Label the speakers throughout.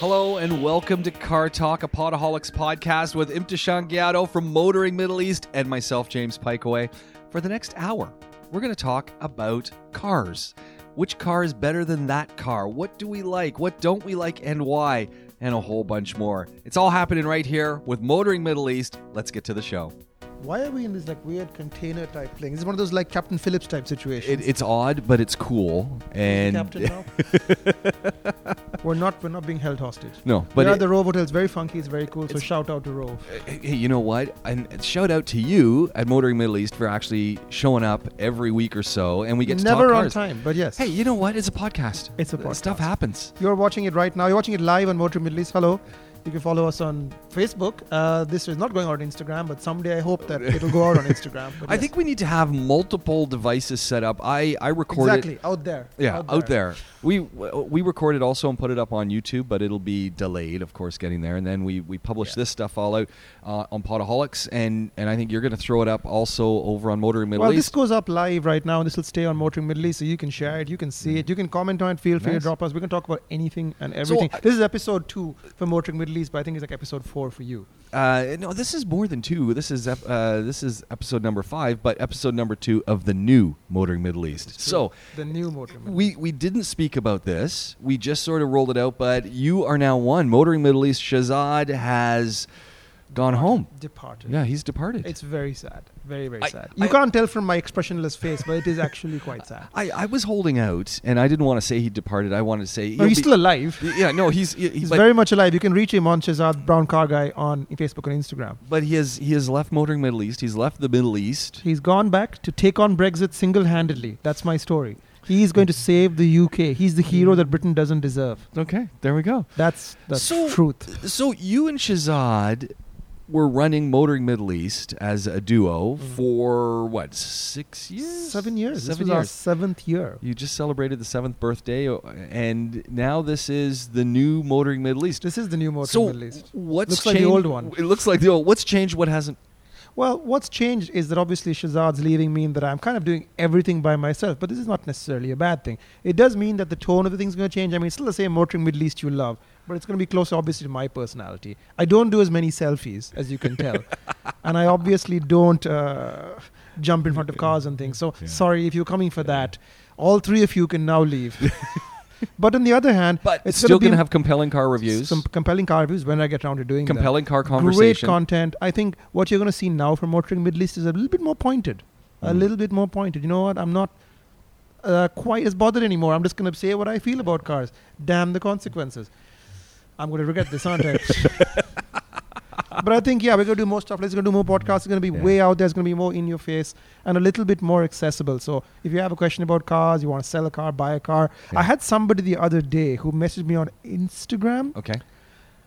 Speaker 1: Hello and welcome to Car Talk, a Podaholics podcast with Imtishan Gyado from Motoring Middle East and myself, James Pikeaway. For the next hour, we're going to talk about cars. Which car is better than that car? What do we like? What don't we like and why? And a whole bunch more. It's all happening right here with Motoring Middle East. Let's get to the show.
Speaker 2: Why are we in this like weird container type thing? This is one of those like Captain Phillips type situations.
Speaker 1: It, it's odd, but it's cool. And
Speaker 2: Captain now. we're not we're not being held hostage.
Speaker 1: no,
Speaker 2: But
Speaker 1: but
Speaker 2: yeah,
Speaker 1: it-
Speaker 2: the Rove Hotel is very funky. It's very cool. So shout out to Rove.
Speaker 1: Hey, you know what? And shout out to you at Motoring Middle East for actually showing up every week or so, and we get to
Speaker 2: Never
Speaker 1: talk
Speaker 2: on
Speaker 1: cars.
Speaker 2: time, but yes.
Speaker 1: Hey, you know what? It's a podcast.
Speaker 2: It's a
Speaker 1: Uh, Stuff
Speaker 2: podcast.
Speaker 1: happens.
Speaker 2: you're watching it right now. You're watching it live on Motor Middle East. Hello. You can follow us on Facebook. Uh, this is not going out on Instagram, but someday I hope that it'll go out on Instagram. But
Speaker 1: I
Speaker 2: yes.
Speaker 1: think we need to have multiple devices set up. I I recorded.
Speaker 2: exactly out there.
Speaker 1: Yeah, out there. We we recorded also and put it up on YouTube, but it'll be delayed, of course, getting there. And then we we publish
Speaker 2: Yeah.
Speaker 1: this stuff all out uh, on Podaholics, and and I think you're going to throw it up also over on Motoring Middle
Speaker 2: Well, this
Speaker 1: East.
Speaker 2: goes up live right now. This will stay on Motoring Middle East, so you can share it, you can see it, you can comment on it. Feel free
Speaker 1: Nice.
Speaker 2: to drop us. We can talk about anything and everything.
Speaker 1: I-
Speaker 2: this is episode two for Motoring Middle East, but I think it's like episode four for you.
Speaker 1: Uh, no, this is more than two. This is ep- uh, this is episode number five, but episode number two of the new Motoring Middle East. So
Speaker 2: the new Motoring Middle
Speaker 1: we we didn't speak about this. We just sort of rolled it out, but you are now one. Motoring Middle East Shazad has gone home.
Speaker 2: East departed.
Speaker 1: Yeah, he's departed.
Speaker 2: It's very sad, very very
Speaker 1: I-
Speaker 2: sad.
Speaker 1: I-
Speaker 2: You can't tell from my expressionless face, but it is actually quite sad.
Speaker 1: I, I was holding out, and I didn't want to say he departed. I wanted to say
Speaker 2: No,
Speaker 1: he'll
Speaker 2: he's
Speaker 1: be-
Speaker 2: still alive.
Speaker 1: Yeah, no, he's he-
Speaker 2: He's
Speaker 1: but,
Speaker 2: very much alive. You can reach him on Shazad Brown Car Guy on Facebook and Instagram.
Speaker 1: but he has he has left Motoring Middle East. He's left the Middle East.
Speaker 2: He's gone back to take on Brexit single handedly. That's my story. He's going to save the UK. He's the hero that Britain doesn't deserve.
Speaker 1: Okay, there we go.
Speaker 2: That's the
Speaker 1: So-
Speaker 2: truth.
Speaker 1: So you and Shazad were running Motoring Middle East as a duo for what six years?
Speaker 2: Mm-hmm. Seven years. this
Speaker 1: Seven
Speaker 2: was our
Speaker 1: years.
Speaker 2: seventh year.
Speaker 1: You just celebrated the seventh birthday, o- and now this is the new Motoring Middle East.
Speaker 2: This is the new motor
Speaker 1: so
Speaker 2: Middle East.
Speaker 1: what's
Speaker 2: Looks like
Speaker 1: changed?
Speaker 2: the old one.
Speaker 1: It looks like the old. What's changed? What hasn't?
Speaker 2: Well, what's changed is that obviously Shazad's leaving mean that I'm kind of doing everything by myself, but this is not necessarily a bad thing. It does mean that the tone of the thing's going to change. I mean, it's still the same motoring Middle East you love, but it's going to be closer, obviously, to my personality. I don't do as many selfies, as you can tell, and I obviously don't uh, jump in front of cars and things. So,
Speaker 1: Yeah.
Speaker 2: sorry if you're coming for that. All three of you can now leave. but on the other hand,
Speaker 1: But
Speaker 2: it's
Speaker 1: still
Speaker 2: going to
Speaker 1: gonna have compelling car reviews,
Speaker 2: some compelling car reviews when I get around to doing them
Speaker 1: compelling car
Speaker 2: great
Speaker 1: conversation.
Speaker 2: content. I think what you're going to see now from Motoring Middle East is a little bit more pointed. A
Speaker 1: Mm.
Speaker 2: little bit more pointed. You know what? I'm not uh, quite as bothered anymore. I'm just going to say what I feel about cars. Damn the consequences. I'm going to regret this, aren't I? but I think, yeah, we're going to do more stuff. Let's going to do more podcasts. It's going to be
Speaker 1: Yeah.
Speaker 2: way out there. It's going to be more in your face and a little bit more accessible. So if you have a question about cars, you want to sell a car, buy a car.
Speaker 1: Yeah.
Speaker 2: I had somebody the other day who messaged me on Instagram.
Speaker 1: okay.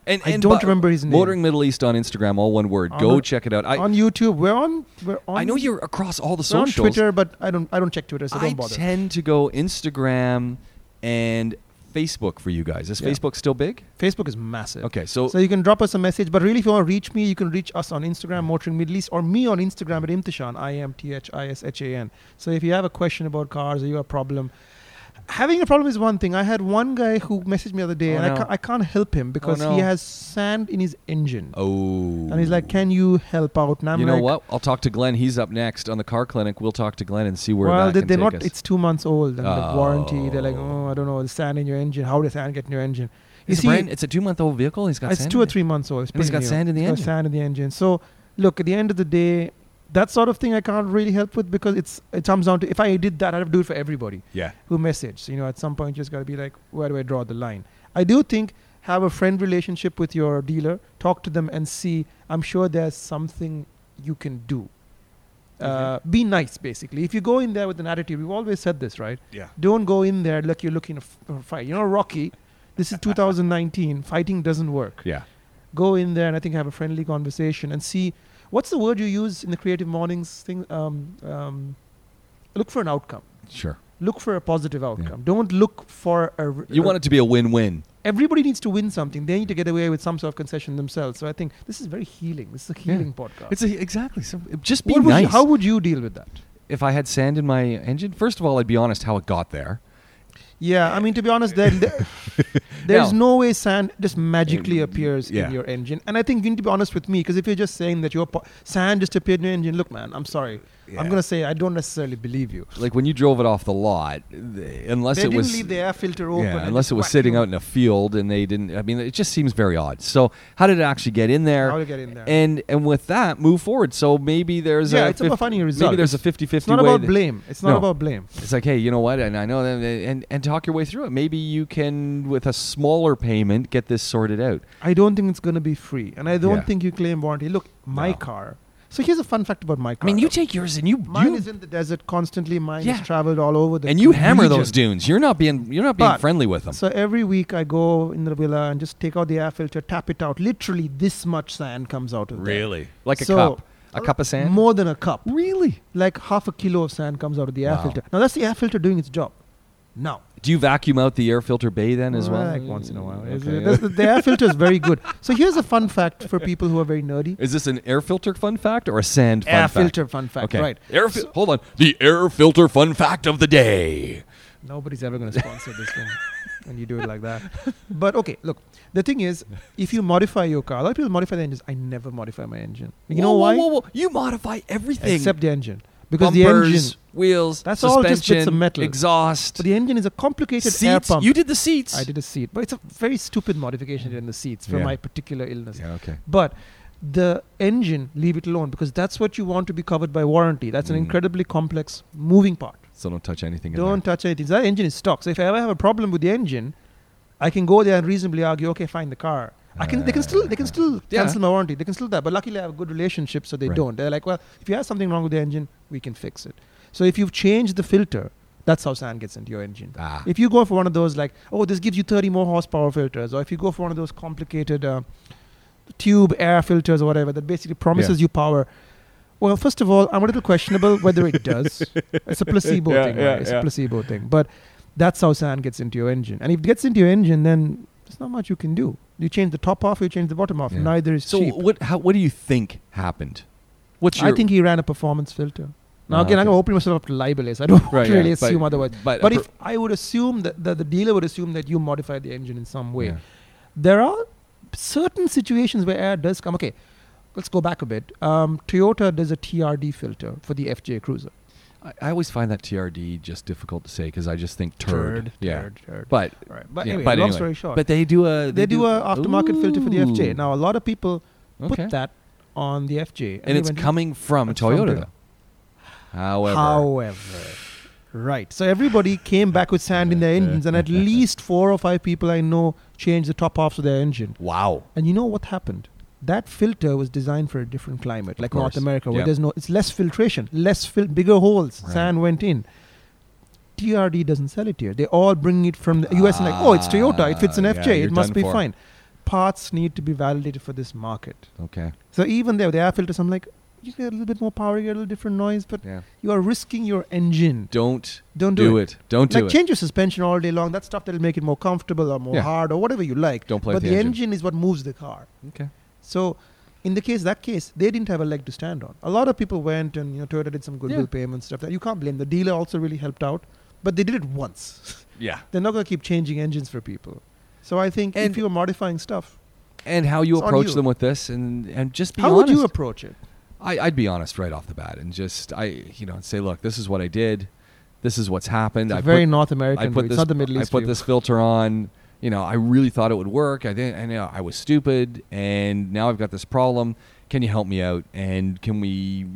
Speaker 1: And,
Speaker 2: I
Speaker 1: and
Speaker 2: don't
Speaker 1: bu-
Speaker 2: remember his name.
Speaker 1: Motoring Middle East on Instagram, all one word.
Speaker 2: On
Speaker 1: Go
Speaker 2: a-
Speaker 1: check it out. I
Speaker 2: on YouTube. We're on. We're on.
Speaker 1: I know you're across all the
Speaker 2: we're on
Speaker 1: socials.
Speaker 2: Twitter, but I don't. I don't check Twitter, so
Speaker 1: I
Speaker 2: don't bother.
Speaker 1: tend to go Instagram and Facebook for you guys. Is
Speaker 2: Yeah.
Speaker 1: Facebook still big?
Speaker 2: Facebook is massive.
Speaker 1: Okay, so,
Speaker 2: So you can drop us a message, but really, if you want to reach me, you can reach us on Instagram, Motoring Middle East, or me on Instagram at Imtishan, I M T H I S H A N. So if you have a question about cars or you have a problem, having a problem is one thing. I had one guy who messaged me the other day,
Speaker 1: Oh,
Speaker 2: and
Speaker 1: no. Oh,
Speaker 2: I, ca- I can't help him because
Speaker 1: no.
Speaker 2: he has sand in his engine,
Speaker 1: oh,
Speaker 2: and he's like, "Can you help out?" And I'm
Speaker 1: you know
Speaker 2: like,
Speaker 1: what? I'll talk to Glenn. He's up next on the car clinic. We'll talk to Glenn and see where
Speaker 2: well,
Speaker 1: that
Speaker 2: they,
Speaker 1: can
Speaker 2: they're
Speaker 1: take
Speaker 2: not.
Speaker 1: us.
Speaker 2: It's two months old, and the warranty. They're like,
Speaker 1: Oh.
Speaker 2: oh, I don't know, the sand in your engine. How does sand get in your engine? You
Speaker 1: It's a
Speaker 2: see,
Speaker 1: brand- it's a two-month-old vehicle. He's got
Speaker 2: it's
Speaker 1: sand
Speaker 2: two
Speaker 1: in
Speaker 2: or
Speaker 1: it.
Speaker 2: three months old. It's
Speaker 1: And he's got
Speaker 2: pretty new.
Speaker 1: sand in the
Speaker 2: It's got
Speaker 1: engine.
Speaker 2: sand in the engine. So, look, at the end of the day, that sort of thing I can't really help with because it's it comes down to if I did that, I'd have to do it for everybody
Speaker 1: Yeah,
Speaker 2: who messaged. You know, at some point, you just got to be like, where do I draw the line? I do think have a friend relationship with your dealer, talk to them, and see. I'm sure there's something you can do. Uh, be nice, basically. If you go in there with an attitude, we've always said this, right?
Speaker 1: yeah.
Speaker 2: Don't go in there like you're looking to f- for a fight. You know, Rocky, this is 2019. Fighting doesn't work.
Speaker 1: Yeah.
Speaker 2: Go in there and I think have a friendly conversation and see what's the word you use in the Creative Mornings thing. Um, um, look for an outcome.
Speaker 1: Sure.
Speaker 2: Look for a positive outcome. Don't look for a. r-
Speaker 1: You
Speaker 2: a-
Speaker 1: want it to be a win-win.
Speaker 2: everybody needs to win something. They need to get away with some sort of concession themselves. So I think this is very healing. This is a
Speaker 1: Yeah.
Speaker 2: healing podcast.
Speaker 1: It's a, exactly. So just be
Speaker 2: What would you-
Speaker 1: nice.
Speaker 2: how would you deal with that?
Speaker 1: if I had sand in my engine, first of all, I'd be honest how it got there.
Speaker 2: Yeah, I mean to be honest, then There's no way sand just magically appears
Speaker 3: yeah.
Speaker 2: in your engine. And I think you need to be honest with me because if you're just saying that your po- sand just appeared in your engine, look, man, I'm sorry.
Speaker 3: Yeah.
Speaker 2: I'm going to say I don't necessarily believe you.
Speaker 1: Like when you drove it off the lot, th- unless
Speaker 2: they
Speaker 1: it
Speaker 2: didn't
Speaker 1: was
Speaker 2: leave the air filter open.
Speaker 1: yeah,
Speaker 2: and
Speaker 1: unless
Speaker 2: just
Speaker 1: it was
Speaker 2: whack
Speaker 1: sitting
Speaker 2: you.
Speaker 1: out in a field and they didn't. I mean, it just seems very odd. So how did it actually get in there?
Speaker 2: How did it get in there?
Speaker 1: And and with that, move forward. So maybe there's
Speaker 2: Yeah,
Speaker 1: a
Speaker 2: it's about finding a result.
Speaker 1: Maybe there's a 50-50
Speaker 2: It's not
Speaker 1: way
Speaker 2: about
Speaker 1: that-
Speaker 2: blame. It's not
Speaker 1: No.
Speaker 2: about blame.
Speaker 1: It's like, hey, you know what? And I know that, and and talk your way through it. Maybe you can, with a smaller payment, get this sorted out.
Speaker 2: I don't think it's going to be free, and I don't
Speaker 1: Yeah.
Speaker 2: think you claim warranty. Look, my
Speaker 1: No.
Speaker 2: car. So here's a fun fact about my
Speaker 1: I
Speaker 2: car.
Speaker 1: mean, you
Speaker 2: though.
Speaker 1: take yours and Uh, you
Speaker 2: mine
Speaker 1: you
Speaker 2: is in the desert constantly. Mine
Speaker 1: Yeah.
Speaker 2: has traveled all over the
Speaker 1: and you hammer
Speaker 2: region.
Speaker 1: those dunes. You're not being you're not being
Speaker 2: But-
Speaker 1: friendly with them.
Speaker 2: So every week I go in the villa and just take out the air filter, tap it out. Literally, this much sand comes out of there.
Speaker 1: like a
Speaker 2: So-
Speaker 1: cup, a cup of sand.
Speaker 2: More than a cup.
Speaker 1: really?
Speaker 2: Like half a kilo of sand comes out of the air
Speaker 1: Wow.
Speaker 2: filter. Now that's the air filter doing its job. Now.
Speaker 1: Do you vacuum out the air filter bay then as well? Mm,
Speaker 2: Like once in a while. Is
Speaker 1: Okay.
Speaker 2: it- that's- The air filter is very good. So here's a fun fact for people who are very nerdy.
Speaker 1: Is this an air filter fun fact or a sand fun
Speaker 2: air
Speaker 1: fact?
Speaker 2: filter fun fact,
Speaker 1: Okay.
Speaker 2: right?
Speaker 1: Air fi- hold on. The air filter fun fact of the day.
Speaker 2: Nobody's ever going to sponsor this thing when you do it like that. But okay, look, the thing is, if you modify your car, a lot of people modify their engines. I never modify my engine. You
Speaker 1: Whoa,
Speaker 2: know
Speaker 1: whoa,
Speaker 2: why?
Speaker 1: Whoa, whoa. You modify everything
Speaker 2: Except the engine. Because
Speaker 1: Bumpers,
Speaker 2: the engine.
Speaker 1: wheels,
Speaker 2: That's all
Speaker 1: suspension,
Speaker 2: just bits of metal.
Speaker 1: exhaust,
Speaker 2: But the engine is a complicated air
Speaker 1: seats.
Speaker 2: pump.
Speaker 1: You did the seats.
Speaker 2: I did a seat. But it's a very stupid modification in the seats for
Speaker 1: Yeah.
Speaker 2: my particular illness.
Speaker 1: Yeah, okay.
Speaker 2: But the engine, leave it alone because that's what you want to be covered by warranty. That's an
Speaker 1: Mm.
Speaker 2: incredibly complex moving part.
Speaker 1: So don't touch anything. in there.
Speaker 2: Don't touch anything. That engine is stock. So if I ever have a problem with the engine, I can go there and reasonably argue. Okay, fine, the car. I can. They can still. They can
Speaker 1: Ah.
Speaker 2: still
Speaker 1: Yeah.
Speaker 2: cancel my warranty. They can still that. But luckily, I have a good relationship, so they
Speaker 1: Right.
Speaker 2: don't. They're like, well, if you have something wrong with the engine, we can fix it. So if you've changed the filter, that's how sand gets into your engine.
Speaker 1: Ah.
Speaker 2: If you go for one of those like, oh, this gives you 30 more horsepower filters, or if you go for one of those complicated uh, tube air filters or whatever that basically promises you power. Well, first of all, I'm a little questionable whether it does. It's a placebo
Speaker 1: Yeah,
Speaker 2: thing.
Speaker 1: yeah,
Speaker 2: right? It's
Speaker 1: yeah.
Speaker 2: a placebo thing. But that's how sand gets into your engine. And if it gets into your engine, then there's not much you can do. You change the top off, you change the bottom off.
Speaker 1: Yeah.
Speaker 2: Neither is
Speaker 1: So
Speaker 2: cheap.
Speaker 1: what? How, what do you think happened? What's your?
Speaker 2: I think he ran a performance filter. Now
Speaker 1: Ah,
Speaker 2: again, I'm
Speaker 1: okay.
Speaker 2: gonna open myself up to libel. is I don't
Speaker 1: Right, yeah,
Speaker 2: really
Speaker 1: but-
Speaker 2: assume otherwise.
Speaker 1: but-
Speaker 2: But, if I would assume that, that the dealer would assume that you modified the engine in some way,
Speaker 1: Yeah.
Speaker 2: there are certain situations where air does come. Okay, let's go back a bit. Um, Toyota does a TRD filter for the FJ Cruiser.
Speaker 1: I, I always find that TRD just difficult to say because I just think turd. yeah,
Speaker 2: turd, turd.
Speaker 1: but
Speaker 2: Right. But
Speaker 1: yeah,
Speaker 2: anyway,
Speaker 1: but
Speaker 2: long
Speaker 1: anyway.
Speaker 2: story short,
Speaker 1: but they do a
Speaker 2: they, do, a aftermarket filter for the FJ.
Speaker 1: Ooh.
Speaker 2: Now a lot of people
Speaker 1: Okay.
Speaker 2: put that on the FJ,
Speaker 1: and
Speaker 2: they
Speaker 1: it's
Speaker 2: went-
Speaker 1: coming from
Speaker 2: It's from
Speaker 1: Toyota,
Speaker 2: Toyota.
Speaker 1: though. However,
Speaker 2: However, right. So everybody came back with sand in their engines, and at least four or five people I know changed the top offs of their engine.
Speaker 1: wow,
Speaker 2: And you know what happened? That filter was designed for a different climate, like
Speaker 1: course.
Speaker 2: North America, where
Speaker 1: Yep.
Speaker 2: there's no, it's less filtration, less fil- bigger holes.
Speaker 1: Right.
Speaker 2: Sand went in. TRD doesn't sell it here. They all bring it from the US and like, oh, it's Toyota. It fits an
Speaker 1: Ah, yeah,
Speaker 2: FJ.
Speaker 1: you're
Speaker 2: it must
Speaker 1: done
Speaker 2: be
Speaker 1: for.
Speaker 2: fine. Parts need to be validated for this market.
Speaker 1: okay,
Speaker 2: So even there, with the air filters, I'm like, you get a little bit more power, you get a little different noise, but
Speaker 1: yeah.
Speaker 2: you are risking your engine.
Speaker 1: Don't
Speaker 2: Don't do,
Speaker 1: do it. Don't do
Speaker 2: like
Speaker 1: it.
Speaker 2: change your suspension all day long. That stuff that'll make it more comfortable or more
Speaker 1: Yeah.
Speaker 2: hard or whatever you like.
Speaker 1: Don't play
Speaker 2: but
Speaker 1: with the
Speaker 2: the
Speaker 1: engine.
Speaker 2: engine is what moves the car.
Speaker 1: Okay.
Speaker 2: So in the case that case, they didn't have a leg to stand on. A lot of people went and you know Toyota did some goodwill
Speaker 1: Yeah.
Speaker 2: payments stuff. That you can't blame. The dealer also really helped out, but they did it once.
Speaker 1: Yeah.
Speaker 2: They're not going to keep changing engines for people. So I think
Speaker 1: And-
Speaker 2: if you're modifying stuff,
Speaker 1: And how you
Speaker 2: It's on
Speaker 1: approach
Speaker 2: you.
Speaker 1: them with this, and and just be
Speaker 2: how
Speaker 1: honest.
Speaker 2: would you approach it?
Speaker 1: I, I'd be honest right off the bat, and just I, you know, say, look, this is what I did. This is what's happened.
Speaker 2: It's
Speaker 1: I
Speaker 2: very
Speaker 1: put,
Speaker 2: North
Speaker 1: I
Speaker 2: American. view.
Speaker 1: put
Speaker 2: It's
Speaker 1: this.
Speaker 2: not the Middle
Speaker 1: I
Speaker 2: East.
Speaker 1: put
Speaker 2: view.
Speaker 1: this filter on. You know, I really thought it would work. I didn't. I know I was stupid, and now I've got this problem. Can you help me out? And can we,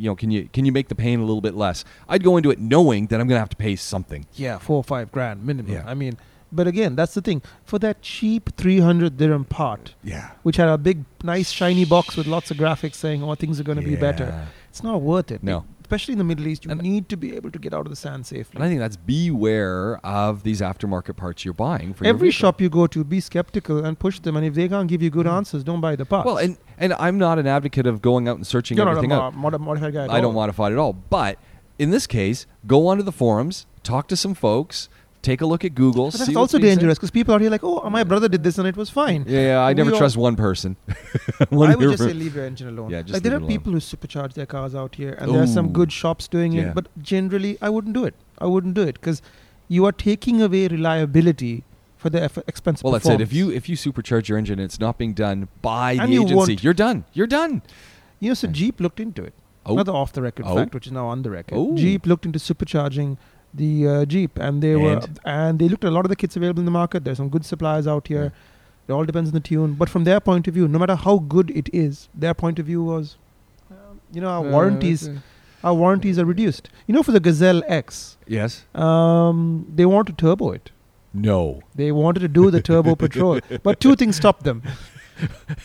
Speaker 1: you know, can you can you make the pain a little bit less? I'd go into it knowing that I'm going to have to pay something.
Speaker 2: yeah, four or five grand minimum.
Speaker 1: Yeah.
Speaker 2: I mean, but again, that's the thing. For that cheap 300 dirham part,
Speaker 3: Yeah.
Speaker 2: which had a big, nice, shiny box with lots of graphics saying, oh, things are going to be better,
Speaker 1: Yeah.
Speaker 2: it's not worth it.
Speaker 1: No.
Speaker 2: Especially in the Middle East, you
Speaker 1: And-
Speaker 2: need to be able to get out of the sand safely.
Speaker 1: And I think that's beware of these aftermarket parts you're buying for your
Speaker 2: Every
Speaker 1: vehicle.
Speaker 2: shop you go to, be skeptical and push them. And if they can't give you good answers, don't buy the parts.
Speaker 1: Hmm. Well, and and I'm not an advocate of going out and searching
Speaker 2: you're not a
Speaker 1: everything
Speaker 2: mo-
Speaker 1: up.
Speaker 2: mod- modified guy. at
Speaker 1: I don't
Speaker 2: all.
Speaker 1: modify it at all. But in this case, go onto the forums, talk to some folks, take a look at Google.
Speaker 2: But
Speaker 1: see
Speaker 2: that's
Speaker 1: what
Speaker 2: also
Speaker 1: they say.
Speaker 2: dangerous because people are here like, oh, my brother did this and it was fine.
Speaker 1: Yeah, yeah, I
Speaker 2: We
Speaker 1: never
Speaker 2: all-
Speaker 1: trust one person. One
Speaker 2: I would just
Speaker 1: different-
Speaker 2: say leave your engine alone.
Speaker 1: Yeah, just
Speaker 2: like there
Speaker 1: leave
Speaker 2: are
Speaker 1: it alone.
Speaker 2: people who supercharge their cars out here, and there are
Speaker 1: Ooh.
Speaker 2: some good shops doing
Speaker 1: Yeah.
Speaker 2: it. But generally, I wouldn't do it. I wouldn't do it because you are taking away reliability for the eff- expensive.
Speaker 1: Well, that's it. If
Speaker 2: performance.
Speaker 1: you if you supercharge your engine, and it's not being done by
Speaker 2: And
Speaker 1: the
Speaker 2: you
Speaker 1: agency.
Speaker 2: won't.
Speaker 1: You're done. You're done.
Speaker 2: You know, so Jeep looked into it.
Speaker 1: Oh.
Speaker 2: Another off the record
Speaker 1: Oh.
Speaker 2: fact, which is now on the record.
Speaker 1: Oh.
Speaker 2: Jeep looked into supercharging the uh, Jeep, and they were
Speaker 1: And?
Speaker 2: and they looked at a lot of the kits available in the market. There's some good suppliers out here. It all depends on the tune, but from their point of view, no matter how good it is, their point of view was, um, you know, our warranties,
Speaker 1: Uh,
Speaker 2: our warranties are reduced. You know, for the Gazelle X,
Speaker 1: Yes.
Speaker 2: um, they want to turbo it.
Speaker 1: No.
Speaker 2: They wanted to do the turbo patrol, but two things stopped them.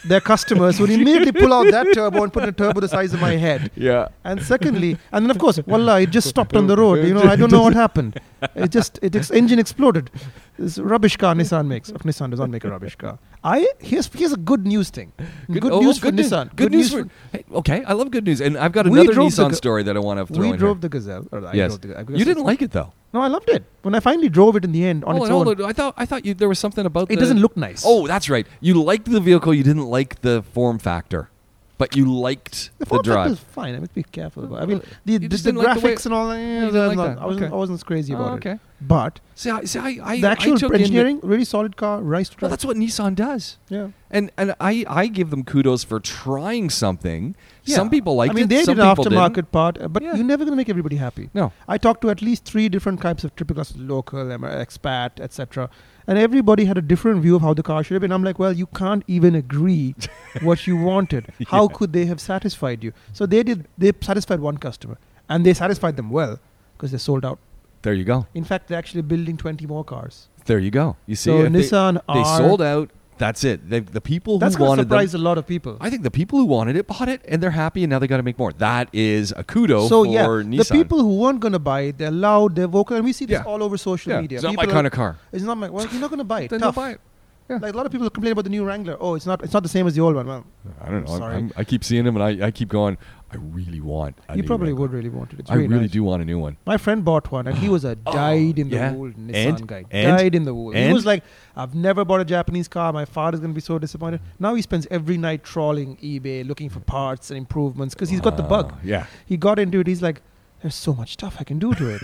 Speaker 2: Their customers would immediately pull out that turbo and put in a turbo the size of my head.
Speaker 1: Yeah.
Speaker 2: And secondly, and then of course, wallah, it just stopped on the road. You know, I don't know what happened. It just, it, its engine exploded. This rubbish car Nissan makes. Oh, Nissan does not make a rubbish car. I here's here's a good news thing. Good,
Speaker 1: oh,
Speaker 2: news
Speaker 1: good
Speaker 2: for
Speaker 1: news.
Speaker 2: Nissan.
Speaker 1: Good, news, for. Hey, okay, I love good news, and I've got
Speaker 2: We
Speaker 1: another
Speaker 2: drove the
Speaker 1: Nissan
Speaker 2: g-
Speaker 1: story that I want to throw
Speaker 2: we
Speaker 1: in.
Speaker 2: drove
Speaker 1: here.
Speaker 2: the Gazelle. Or I
Speaker 1: Yes.
Speaker 2: drove the, I guess
Speaker 1: You didn't
Speaker 2: it's-
Speaker 1: like it though.
Speaker 2: No, I loved it. When I finally drove it in the end on
Speaker 1: oh,
Speaker 2: its
Speaker 1: no,
Speaker 2: own,
Speaker 1: no, I thought I thought you, there was something about
Speaker 2: it
Speaker 1: the-
Speaker 2: doesn't look nice.
Speaker 1: Oh, that's right. You liked the vehicle. You didn't like the form factor, but you liked the,
Speaker 2: The form
Speaker 1: drive. Oh,
Speaker 2: factor is fine. I mean, be careful about. I mean, the,
Speaker 1: You
Speaker 2: the,
Speaker 1: just
Speaker 2: the
Speaker 1: didn't like
Speaker 2: graphics
Speaker 1: the way-
Speaker 2: and all. eh,
Speaker 1: didn't like
Speaker 2: not-
Speaker 1: that.
Speaker 2: I wasn't.
Speaker 1: Okay.
Speaker 2: I wasn't as crazy
Speaker 1: Oh,
Speaker 2: about it.
Speaker 1: okay.
Speaker 2: But
Speaker 1: See, I, see, I, I
Speaker 2: the actual
Speaker 1: I took in the-
Speaker 2: engineering, really solid car, rice to
Speaker 1: well,
Speaker 2: drive.
Speaker 1: that's what Nissan does.
Speaker 2: yeah.
Speaker 1: And and I, I give them kudos for trying something. Some
Speaker 2: Yeah.
Speaker 1: people liked
Speaker 2: I mean,
Speaker 1: it.
Speaker 2: they
Speaker 1: some
Speaker 2: did an
Speaker 1: people didn't.
Speaker 2: aftermarket part, uh, but
Speaker 1: Yeah.
Speaker 2: you're never going to make everybody happy.
Speaker 1: No.
Speaker 2: I talked to at least three different types of triple class local, em- expat, etc. And everybody had a different view of how the car should have been. I'm like, well, you can't even agree what you wanted. How could they have satisfied you? So they did. They satisfied one customer, and they satisfied them well because they sold out.
Speaker 1: There you go.
Speaker 2: In fact, they're actually building 20 more cars.
Speaker 1: There you go. You see,
Speaker 2: so
Speaker 1: if
Speaker 2: Nissan
Speaker 1: they, they
Speaker 2: R-
Speaker 1: sold out. That's it. They, the people
Speaker 2: That's
Speaker 1: who
Speaker 2: going to
Speaker 1: wanted them.
Speaker 2: surprise a lot of people.
Speaker 1: I think the people who wanted it bought it, and they're happy, and now they got to make more. That is a kudo
Speaker 2: so
Speaker 1: for
Speaker 2: yeah,
Speaker 1: Nissan.
Speaker 2: the people who weren't going to buy it, they're loud, they're vocal, and we see this
Speaker 1: Yeah.
Speaker 2: all over social
Speaker 1: yeah,
Speaker 2: media.
Speaker 1: it's not my
Speaker 2: People are-
Speaker 1: kind of car.
Speaker 2: It's not my. Well, you're not going to buy it.
Speaker 1: Then
Speaker 2: Tough.
Speaker 1: don't buy it. Yeah.
Speaker 2: Like a lot of people complain about the new Wrangler. Oh, it's not. It's not the same as the old one. Well,
Speaker 1: I don't know. I'm,
Speaker 2: Sorry.
Speaker 1: I'm, I keep seeing them, and I, I keep going. I really want. A
Speaker 2: you
Speaker 1: new
Speaker 2: probably
Speaker 1: Wrangler.
Speaker 2: would really want it. It's
Speaker 1: I
Speaker 2: very
Speaker 1: really
Speaker 2: nice.
Speaker 1: do want a new one.
Speaker 2: My friend bought one, and he was a died in the
Speaker 1: yeah.
Speaker 2: wool Nissan
Speaker 1: And?
Speaker 2: guy.
Speaker 1: And?
Speaker 2: Died in the wool. He
Speaker 1: And?
Speaker 2: was like, "I've never bought a Japanese car. My father's going to be so disappointed." Now he spends every night trawling eBay looking for parts and improvements because he's got the bug.
Speaker 1: Ah, Yeah.
Speaker 2: He got into it. He's like, "There's so much stuff I can do to it."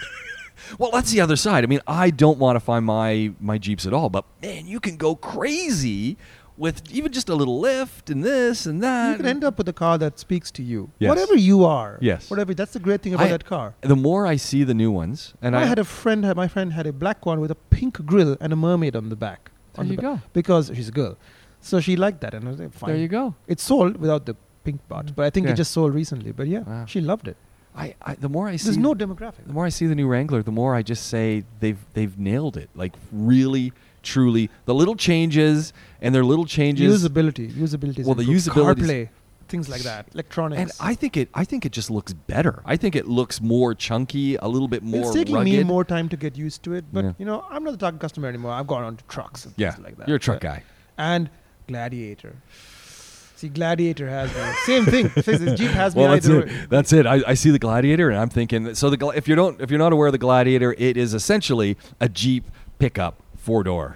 Speaker 1: Well, that's the other side. I mean, I don't modify my my Jeeps at all, but man, you can go crazy with even just a little lift and this and that.
Speaker 2: you can end up with a car that speaks to you,
Speaker 1: Um, Yes.
Speaker 2: whatever you are.
Speaker 1: Yes.
Speaker 2: Whatever. That's the great thing about
Speaker 1: I-
Speaker 2: that car.
Speaker 1: the more I see the new ones, and I,
Speaker 2: I had a friend. My friend had a black one with a pink grill and a mermaid on the back.
Speaker 1: there
Speaker 2: on
Speaker 1: you
Speaker 2: the back.
Speaker 1: go.
Speaker 2: Because she's a girl, so she liked that, and I was like, fine.
Speaker 1: There you go.
Speaker 2: It sold without the pink part, but I think
Speaker 1: Yeah.
Speaker 2: it just sold recently. But yeah,
Speaker 1: Wow.
Speaker 2: she loved it.
Speaker 1: I, I the more I see
Speaker 2: There's no demographic.
Speaker 1: the more I see the new Wrangler, the more I just say they've they've nailed it. Like really, truly, the little changes and their little changes.
Speaker 2: Usability, usability. is
Speaker 1: Well, the
Speaker 2: improved.
Speaker 1: usability's-
Speaker 2: CarPlay, things like that, electronics.
Speaker 1: And I think it I think it just looks better. I think it looks more chunky, a little bit more
Speaker 2: it's taking
Speaker 1: rugged.
Speaker 2: me more time to get used to it, but
Speaker 1: Yeah.
Speaker 2: you know, I'm not the target customer anymore. I've gone on to trucks and
Speaker 1: yeah,
Speaker 2: things like that.
Speaker 1: you're a truck
Speaker 2: Yeah.
Speaker 1: guy.
Speaker 2: and Gladiator. See, Gladiator has me. Same thing. This Jeep has me
Speaker 1: Well, that's
Speaker 2: either.
Speaker 1: it. That's it. I, I see the Gladiator, and I'm thinking. So the Gla- if you don't if you're not aware of the Gladiator, it is essentially a Jeep pickup four door.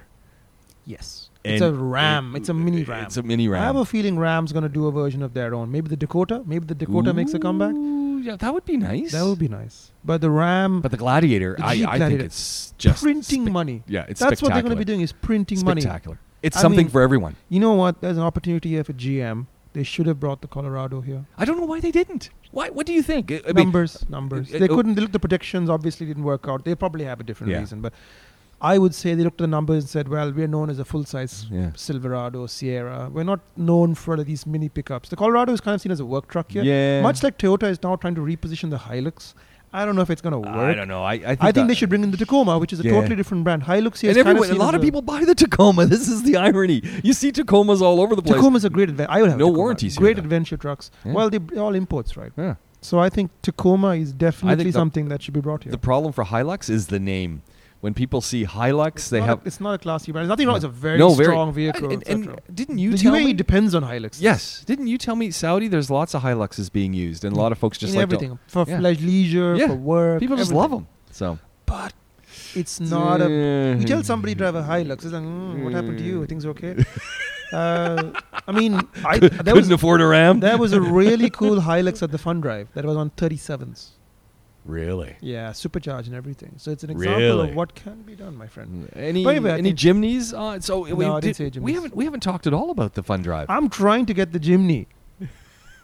Speaker 2: Yes. It's a
Speaker 1: And
Speaker 2: Ram.
Speaker 1: it-
Speaker 2: it's a mini Ram.
Speaker 1: It's a mini Ram.
Speaker 2: I have a feeling Ram's going to do a version of their own. Maybe the Dakota. Maybe the Dakota makes a comeback.
Speaker 1: Ooh, Yeah, that would be nice.
Speaker 2: That would be nice. But the Ram
Speaker 1: But the Gladiator,
Speaker 2: The
Speaker 1: I,
Speaker 2: Jeep
Speaker 1: I think
Speaker 2: Gladiator.
Speaker 1: it's just
Speaker 2: printing
Speaker 1: spec-
Speaker 2: money.
Speaker 1: Yeah, it's
Speaker 2: That's what they're going
Speaker 1: spectacular.
Speaker 2: to be doing is printing money.
Speaker 1: Spectacular. It's
Speaker 2: I
Speaker 1: something
Speaker 2: mean-
Speaker 1: for everyone.
Speaker 2: You know what? There's an opportunity here for GM. They should have brought the Colorado here.
Speaker 1: I don't know why they didn't. Why? What do you think? I- I mean,
Speaker 2: numbers, numbers.
Speaker 1: it-
Speaker 2: they
Speaker 1: oh.
Speaker 2: couldn't. They looked the projections. Obviously, didn't work out. They probably have a different
Speaker 1: Yeah.
Speaker 2: reason, but I would say they looked at the numbers and said, "Well, we're known as a full-size
Speaker 1: Yeah.
Speaker 2: Silverado, Sierra. We're not known for these mini pickups. The Colorado is kind of seen as a work truck here,
Speaker 1: Yeah.
Speaker 2: much like Toyota is now trying to reposition the Hilux. I don't know if it's going to work.
Speaker 1: I don't know. I, I think,
Speaker 2: I think
Speaker 1: that-
Speaker 2: they should bring in the Tacoma, which is a
Speaker 1: Yeah.
Speaker 2: totally different brand. Hilux here is
Speaker 1: And
Speaker 2: kind of
Speaker 1: everyone, a
Speaker 2: seen
Speaker 1: lot
Speaker 2: as
Speaker 1: of people buy the Tacoma. This is the irony. You see Tacomas all over the place.
Speaker 2: Tacoma's a great adventure. I would have a
Speaker 1: No
Speaker 2: Tacoma.
Speaker 1: warranties here,
Speaker 2: Great
Speaker 1: though.
Speaker 2: adventure trucks.
Speaker 1: Yeah.
Speaker 2: Well, they, they're all imports, right?
Speaker 1: Yeah.
Speaker 2: So I think Tacoma is definitely
Speaker 1: the-
Speaker 2: something that should be brought here.
Speaker 1: The problem for Hilux is the name. When people see Hilux,
Speaker 2: It's
Speaker 1: they
Speaker 2: not
Speaker 1: have
Speaker 2: A, it's not a classy brand. There's nothing wrong. It's a very
Speaker 1: no very
Speaker 2: strong vehicle.
Speaker 1: And,
Speaker 2: And,
Speaker 1: and didn't you
Speaker 2: the E
Speaker 1: tell
Speaker 2: UAE
Speaker 1: me?
Speaker 2: depends on Hilux.
Speaker 1: yes, didn't you tell me Saudi? There's lots of Hiluxes being used, and a lot of folks just
Speaker 2: in
Speaker 1: like to-
Speaker 2: everything for
Speaker 1: yeah.
Speaker 2: like leisure,
Speaker 1: Yeah.
Speaker 2: for work.
Speaker 1: people just
Speaker 2: everything.
Speaker 1: love them. So
Speaker 2: But it's not a. You tell somebody to drive a Hilux, it's like, mm, what happened to you? Things okay? uh, I mean, I, there
Speaker 1: couldn't
Speaker 2: was
Speaker 1: afford a Ram.
Speaker 2: there was a really cool Hilux at the fun drive that was on 37s.
Speaker 1: Really?
Speaker 2: Yeah, supercharge and everything. So it's an example
Speaker 1: Really?
Speaker 2: of what can be done, my friend.
Speaker 1: Any
Speaker 2: But anyway, I
Speaker 1: any
Speaker 2: think-
Speaker 1: Jimneys? Uh, so we,
Speaker 2: No, I
Speaker 1: did,
Speaker 2: didn't say
Speaker 1: we
Speaker 2: Jimneys.
Speaker 1: haven't we haven't talked at all about the fun drive.
Speaker 2: I'm trying to get the Jimny,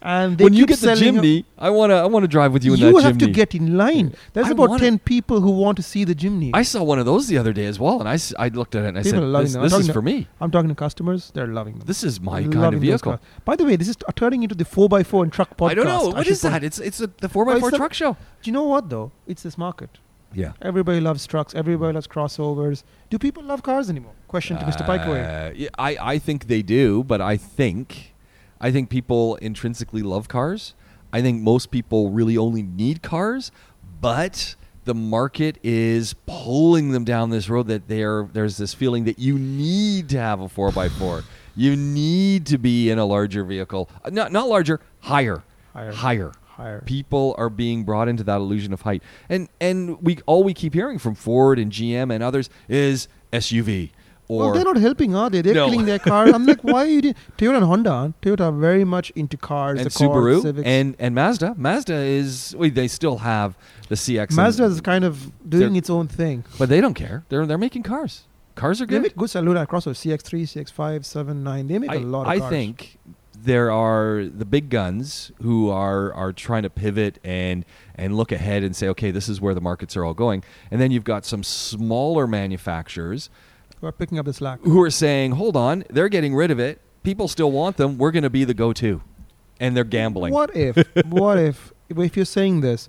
Speaker 2: and they
Speaker 1: when you get
Speaker 2: keep
Speaker 1: the
Speaker 2: selling-
Speaker 1: Jimny, I wanna I wanna drive with you
Speaker 2: You,
Speaker 1: in that
Speaker 2: have to
Speaker 1: Jimny.
Speaker 2: get in line. There's
Speaker 1: I
Speaker 2: about
Speaker 1: want it.
Speaker 2: ten people who want to see the Jimny.
Speaker 1: I saw one of those the other day as well, and I, s- I looked at it and I
Speaker 2: People are
Speaker 1: said,
Speaker 2: loving
Speaker 1: "This,
Speaker 2: them.
Speaker 1: this
Speaker 2: I'm
Speaker 1: is
Speaker 2: talking
Speaker 1: for me.
Speaker 2: I'm talking to customers; they're loving them.
Speaker 1: This is my
Speaker 2: Loving
Speaker 1: kind of
Speaker 2: those
Speaker 1: vehicle."
Speaker 2: cars. By the way, this is t- uh, turning into the four x four and truck podcast.
Speaker 1: I don't know what
Speaker 2: should
Speaker 1: is
Speaker 2: point-
Speaker 1: that. It's it's a, the four x
Speaker 2: Oh,
Speaker 1: four
Speaker 2: it's the-
Speaker 1: truck show.
Speaker 2: Do you know what though? It's this market.
Speaker 1: Yeah.
Speaker 2: Everybody loves trucks. Everybody loves crossovers. Do people love cars anymore? Question to Mr. Pikeway.
Speaker 1: Uh, yeah, I, I think they do, but I think I think people intrinsically love cars. I think most people really only need cars, but the market is pulling them down this road that there there's this feeling that you need to have a 4x4. you need to be in a larger vehicle. Uh, Not not larger, higher.
Speaker 2: Higher.
Speaker 1: Higher.
Speaker 2: Higher.
Speaker 1: People are being brought into that illusion of height. And and we all we keep hearing from Ford and GM and others is SUV or
Speaker 2: well, they're not helping, are they? They're
Speaker 1: No.
Speaker 2: killing their cars. I'm like, why are you doing? Toyota and Honda, aren't- Toyota are very much into cars.
Speaker 1: and
Speaker 2: the Accord,
Speaker 1: Subaru
Speaker 2: Civics.
Speaker 1: and and Mazda. Mazda is well, they still have the CX, and-
Speaker 2: Mazda is kind of doing
Speaker 1: They're-
Speaker 2: its own thing.
Speaker 1: but they don't care. They're they're making cars. Cars are
Speaker 2: They
Speaker 1: good.
Speaker 2: make good Saluda crossovers, CX3, CX5, 7, 9. They make a
Speaker 1: I-
Speaker 2: lot of
Speaker 1: I
Speaker 2: cars.
Speaker 1: think there are the big guns who are are trying to pivot and and look ahead and say, okay, this is where the markets are all going. And then you've got some smaller manufacturers
Speaker 2: we're picking up the slack.
Speaker 1: who are saying, hold on, they're getting rid of it. People still want them. We're going to be the go-to, and they're gambling.
Speaker 2: What if? what if? If you're saying this,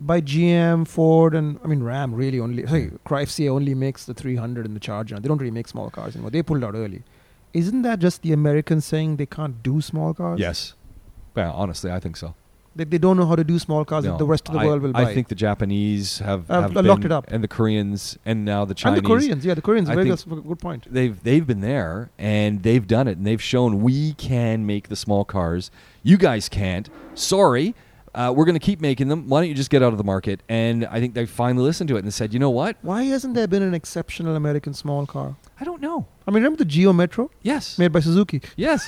Speaker 2: by GM, Ford, and I mean Ram, really only. Sorry, FCA only makes the 300 and the Charger. They don't really make small cars anymore. They pulled out early. Isn't that just the Americans saying they can't do small cars?
Speaker 1: Yes. Well, honestly, I think so.
Speaker 2: That they don't know how to do small cars that
Speaker 1: No,
Speaker 2: the rest of the
Speaker 1: I-
Speaker 2: world will buy.
Speaker 1: I think the Japanese have,
Speaker 2: Uh,
Speaker 1: have
Speaker 2: lo- locked
Speaker 1: been-
Speaker 2: it up.
Speaker 1: and the Koreans, and now the
Speaker 2: and
Speaker 1: Chinese.
Speaker 2: the Koreans, yeah, the Koreans.
Speaker 1: I
Speaker 2: Very
Speaker 1: think-
Speaker 2: good, good point.
Speaker 1: They've they've been there and they've done it and they've shown we can make the small cars. You guys can't. Sorry, uh, we're going to keep making them. Why don't you just get out of the market? And I think they finally listened to it and said, you know what?
Speaker 2: Why hasn't there been an exceptional American small car?
Speaker 1: I don't know.
Speaker 2: I mean, remember the Geo Metro
Speaker 1: Yes.
Speaker 2: made by Suzuki?
Speaker 1: Yes.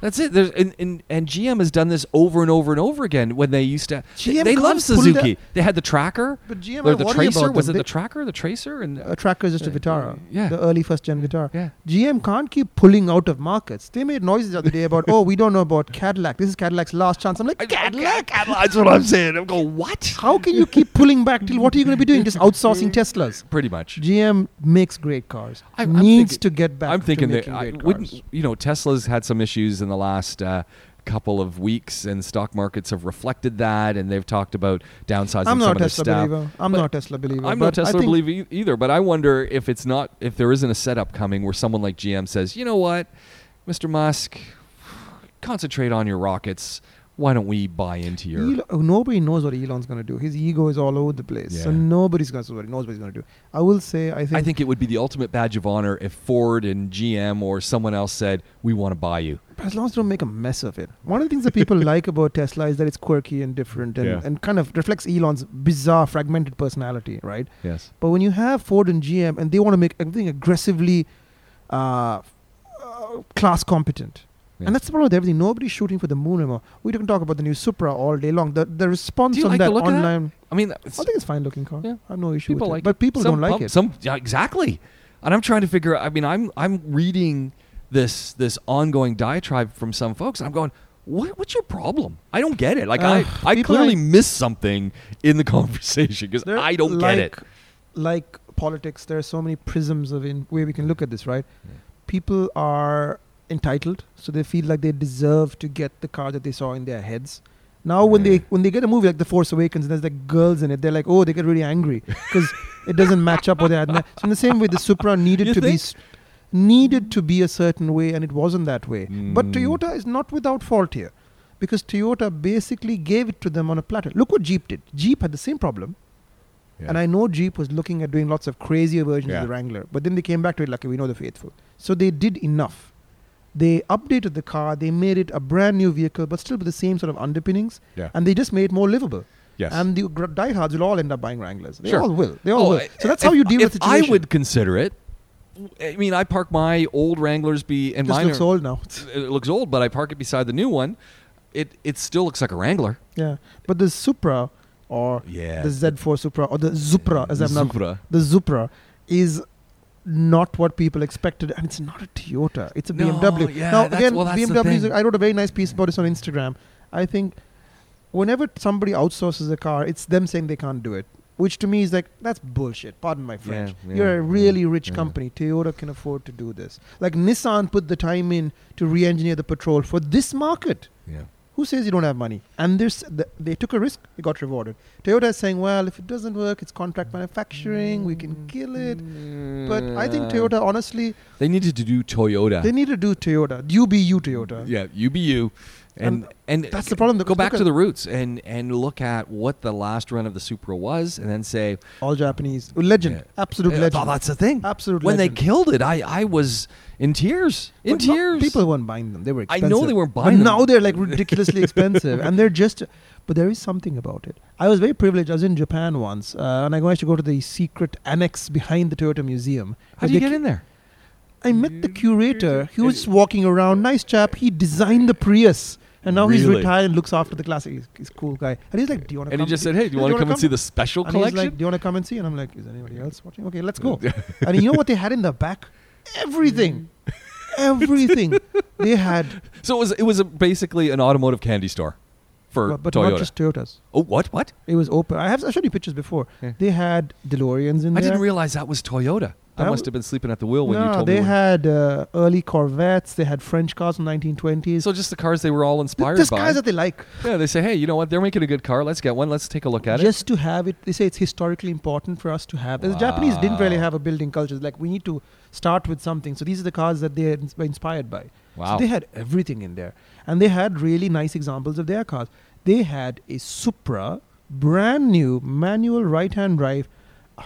Speaker 1: That's it. There's and, and and GM has done this over and over and over again when they used to.
Speaker 2: GM
Speaker 1: they love
Speaker 2: can't pull that-
Speaker 1: Suzuki. They had the tracker.
Speaker 2: But GM,
Speaker 1: Or
Speaker 2: I
Speaker 1: the
Speaker 2: worry
Speaker 1: tracer
Speaker 2: about
Speaker 1: was it
Speaker 2: them.
Speaker 1: the
Speaker 2: They-
Speaker 1: tracker, the tracer, and
Speaker 2: a tracker is uh, just a
Speaker 1: Yeah,
Speaker 2: Vitara,
Speaker 1: yeah.
Speaker 2: the early first gen Vitara.
Speaker 1: yeah.
Speaker 2: GM can't keep pulling out of markets. They made noises the other day about, oh, we don't know about Cadillac. This is Cadillac's last chance. I'm like, Cadillac?
Speaker 1: That's what I'm saying. I'm going, what?
Speaker 2: How can you keep pulling back till what are you going to be doing? Just outsourcing Teslas.
Speaker 1: Pretty much.
Speaker 2: GM makes great cars.
Speaker 1: I- I'm
Speaker 2: needs
Speaker 1: thinking-
Speaker 2: to get back.
Speaker 1: I'm thinking
Speaker 2: to
Speaker 1: that
Speaker 2: making
Speaker 1: I
Speaker 2: great
Speaker 1: wouldn't,
Speaker 2: cars.
Speaker 1: you know, Tesla's had some issues in the last uh, couple of weeks, and stock markets have reflected that, and they've talked about downsizing
Speaker 2: I'm
Speaker 1: some
Speaker 2: not
Speaker 1: of
Speaker 2: a
Speaker 1: their
Speaker 2: Tesla
Speaker 1: staff.
Speaker 2: believer. I'm
Speaker 1: But
Speaker 2: not a Tesla believer.
Speaker 1: I'm
Speaker 2: but
Speaker 1: no
Speaker 2: I
Speaker 1: Tesla
Speaker 2: think-
Speaker 1: believer e- either, but I wonder if it's not if there isn't a setup coming where someone like GM says, you know what, Mr. Musk, concentrate on your rockets. Why don't we buy into your?
Speaker 2: Elo- nobody knows what Elon's going to do. His ego is all over the place. So
Speaker 1: Yeah.
Speaker 2: nobody's going to knows what he's going to do. I will say, I think,
Speaker 1: I think it would be the ultimate badge of honor if Ford and GM or someone else said, "We want to buy you."
Speaker 2: as long as they don't make a mess of it. One of the things that people like about Tesla is that it's quirky and different and,
Speaker 1: Yeah.
Speaker 2: and kind of reflects Elon's bizarre, fragmented personality, right?
Speaker 1: Yes.
Speaker 2: But when you have Ford and GM and they want to make everything aggressively uh, uh, class competent,
Speaker 1: Yeah.
Speaker 2: and that's the problem with everything. Nobody's shooting for the moon anymore. We can talk about the new Supra all day long. The, the response
Speaker 1: Do you
Speaker 2: on
Speaker 1: like the
Speaker 2: that
Speaker 1: look of that?
Speaker 2: online,
Speaker 1: I mean, it's-
Speaker 2: I think it's fine looking car.
Speaker 1: Yeah.
Speaker 2: I have no issue
Speaker 1: people
Speaker 2: with
Speaker 1: like,
Speaker 2: it. But people
Speaker 1: some
Speaker 2: don't like
Speaker 1: pump-
Speaker 2: it.
Speaker 1: Some yeah, exactly, and I'm trying to figure. out I mean, I'm I'm reading this this ongoing diatribe from some folks, and I'm going, what what's your problem? I don't get it. Like
Speaker 2: Ugh,
Speaker 1: I I
Speaker 2: Uh, people
Speaker 1: clearly
Speaker 2: like-
Speaker 1: missed something in the conversation because
Speaker 2: There-
Speaker 1: I don't
Speaker 2: like,
Speaker 1: get it.
Speaker 2: Like politics, there are so many prisms of in where we can look at this, right?
Speaker 1: Yeah.
Speaker 2: People are entitled, so they feel like they deserve to get the car that they saw in their heads. Now, when
Speaker 1: Yeah.
Speaker 2: they when they get a movie like The Force Awakens and there's like girls in it, they're like, oh, they get really angry because it doesn't match up with that. So in the same way, the Supra needed
Speaker 1: You
Speaker 2: to be
Speaker 1: think?
Speaker 2: s- needed to be a certain way, and it wasn't that way. But
Speaker 1: Mm.
Speaker 2: Toyota is not without fault here, because Toyota basically gave it to them on a platter. Look what Jeep did. Jeep had the same problem. And I know Jeep was looking at doing lots of crazier versions
Speaker 1: Yeah.
Speaker 2: of the Wrangler, but then they came back to it like we know the faithful. So they did enough. They updated the car, they made it a brand new vehicle, but still with the same sort of underpinnings,
Speaker 1: Yeah.
Speaker 2: and they just made it more livable.
Speaker 1: yes.
Speaker 2: And the gr- diehards will all end up buying Wranglers. They
Speaker 1: Sure.
Speaker 2: all will. They all
Speaker 1: Oh,
Speaker 2: will.
Speaker 1: I-
Speaker 2: So that's
Speaker 1: if-
Speaker 2: how you deal
Speaker 1: if
Speaker 2: with the situation.
Speaker 1: I would consider it. I mean, I park my old Wranglers be and
Speaker 2: This
Speaker 1: mine
Speaker 2: looks
Speaker 1: are-
Speaker 2: old now.
Speaker 1: It looks old, but I park it beside the new one. It it still looks like a Wrangler.
Speaker 2: yeah, but the Supra or
Speaker 1: Yeah.
Speaker 2: the Z4 Supra or the Zupra, as I'm now
Speaker 1: Supra.
Speaker 2: the Zupra is not what people expected, and it's not a Toyota. It's a
Speaker 1: No,
Speaker 2: BMW.
Speaker 1: yeah,
Speaker 2: now
Speaker 1: that's-
Speaker 2: again,
Speaker 1: well, that's the
Speaker 2: BMW. Is,
Speaker 1: thing.
Speaker 2: I wrote a very nice piece about this on Instagram. I think whenever somebody outsources a car, it's them saying they can't do it, which to me is like that's bullshit. Pardon my French.
Speaker 1: yeah,
Speaker 2: You're a
Speaker 1: yeah,
Speaker 2: really rich
Speaker 1: yeah.
Speaker 2: company. Toyota can afford to do this. Like Nissan put the time in to re-engineer the Patrol for this market.
Speaker 1: Yeah.
Speaker 2: Who says you don't have money? And there's th- they took a risk, they got rewarded. Toyota is saying, well, if it doesn't work, it's
Speaker 1: Mm.
Speaker 2: contract manufacturing, we can kill it. But I think
Speaker 1: Mm.
Speaker 2: Toyota, honestly,
Speaker 1: They needed to do Toyota.
Speaker 2: they need to do Toyota. You be you, Toyota.
Speaker 1: yeah, you be you. And, and
Speaker 2: that's the problem.
Speaker 1: Go back
Speaker 2: Look
Speaker 1: to
Speaker 2: at-
Speaker 1: the roots and, and look at what the last run of the Supra was, and then say,
Speaker 2: All Japanese. Legend.
Speaker 1: Yeah.
Speaker 2: Absolute
Speaker 1: "Oh,
Speaker 2: legend.
Speaker 1: that's the thing.
Speaker 2: Absolute
Speaker 1: when
Speaker 2: legend.
Speaker 1: they killed it, I, I was in tears. In
Speaker 2: But no-
Speaker 1: tears.
Speaker 2: people weren't buying them. They were
Speaker 1: I
Speaker 2: expensive.
Speaker 1: know they weren't
Speaker 2: But
Speaker 1: buying them.
Speaker 2: now they're like ridiculously expensive. And they're just. But there is something about it. I was very privileged. I was in Japan once. Uh, and I managed to go to the secret annex behind the Toyota Museum.
Speaker 1: How do
Speaker 2: They
Speaker 1: you
Speaker 2: ca-
Speaker 1: get in there?
Speaker 2: I met the curator. He was walking around, nice chap. He designed the Prius, and now he's
Speaker 1: Really?
Speaker 2: retired and looks after the classic. He's, he's a cool guy, and he's like, "Do you want to?"
Speaker 1: And he
Speaker 2: come
Speaker 1: just
Speaker 2: see-
Speaker 1: said, "Hey, do you
Speaker 2: Yeah,
Speaker 1: want to come and see
Speaker 2: come?"
Speaker 1: the special
Speaker 2: And he's
Speaker 1: collection?"
Speaker 2: like, "Do you want to come and see?" And I'm like, "Is anybody else watching? Okay, let's go." and you know what they had in the back? Everything,
Speaker 1: Mm.
Speaker 2: everything they had,
Speaker 1: so it was it was a, basically an automotive candy store for
Speaker 2: but, but
Speaker 1: Toyota.
Speaker 2: not just Toyotas.
Speaker 1: oh, what what?
Speaker 2: It was open. I have I showed you pictures before.
Speaker 1: Yeah.
Speaker 2: They had DeLoreans in
Speaker 1: I
Speaker 2: there.
Speaker 1: didn't realize that was Toyota. I
Speaker 2: That
Speaker 1: must
Speaker 2: w-
Speaker 1: have been sleeping at the wheel when
Speaker 2: no,
Speaker 1: you told
Speaker 2: they
Speaker 1: me. when-
Speaker 2: had uh, early Corvettes. They had French cars from 1920s.
Speaker 1: so just the cars they were all inspired
Speaker 2: just
Speaker 1: by.
Speaker 2: guys that they like.
Speaker 1: yeah, they say, hey, you know what? They're making a good car. Let's get one. Let's take a look at
Speaker 2: just to have it they say it's historically important for us to have the japanese didn't really
Speaker 1: Wow.
Speaker 2: have a building culture like we need to start with something so these are the cars that they ins- were inspired by
Speaker 1: it. Wow.
Speaker 2: so they had everything in there and they had really nice examples of their cars they had a supra brand new manual right hand drive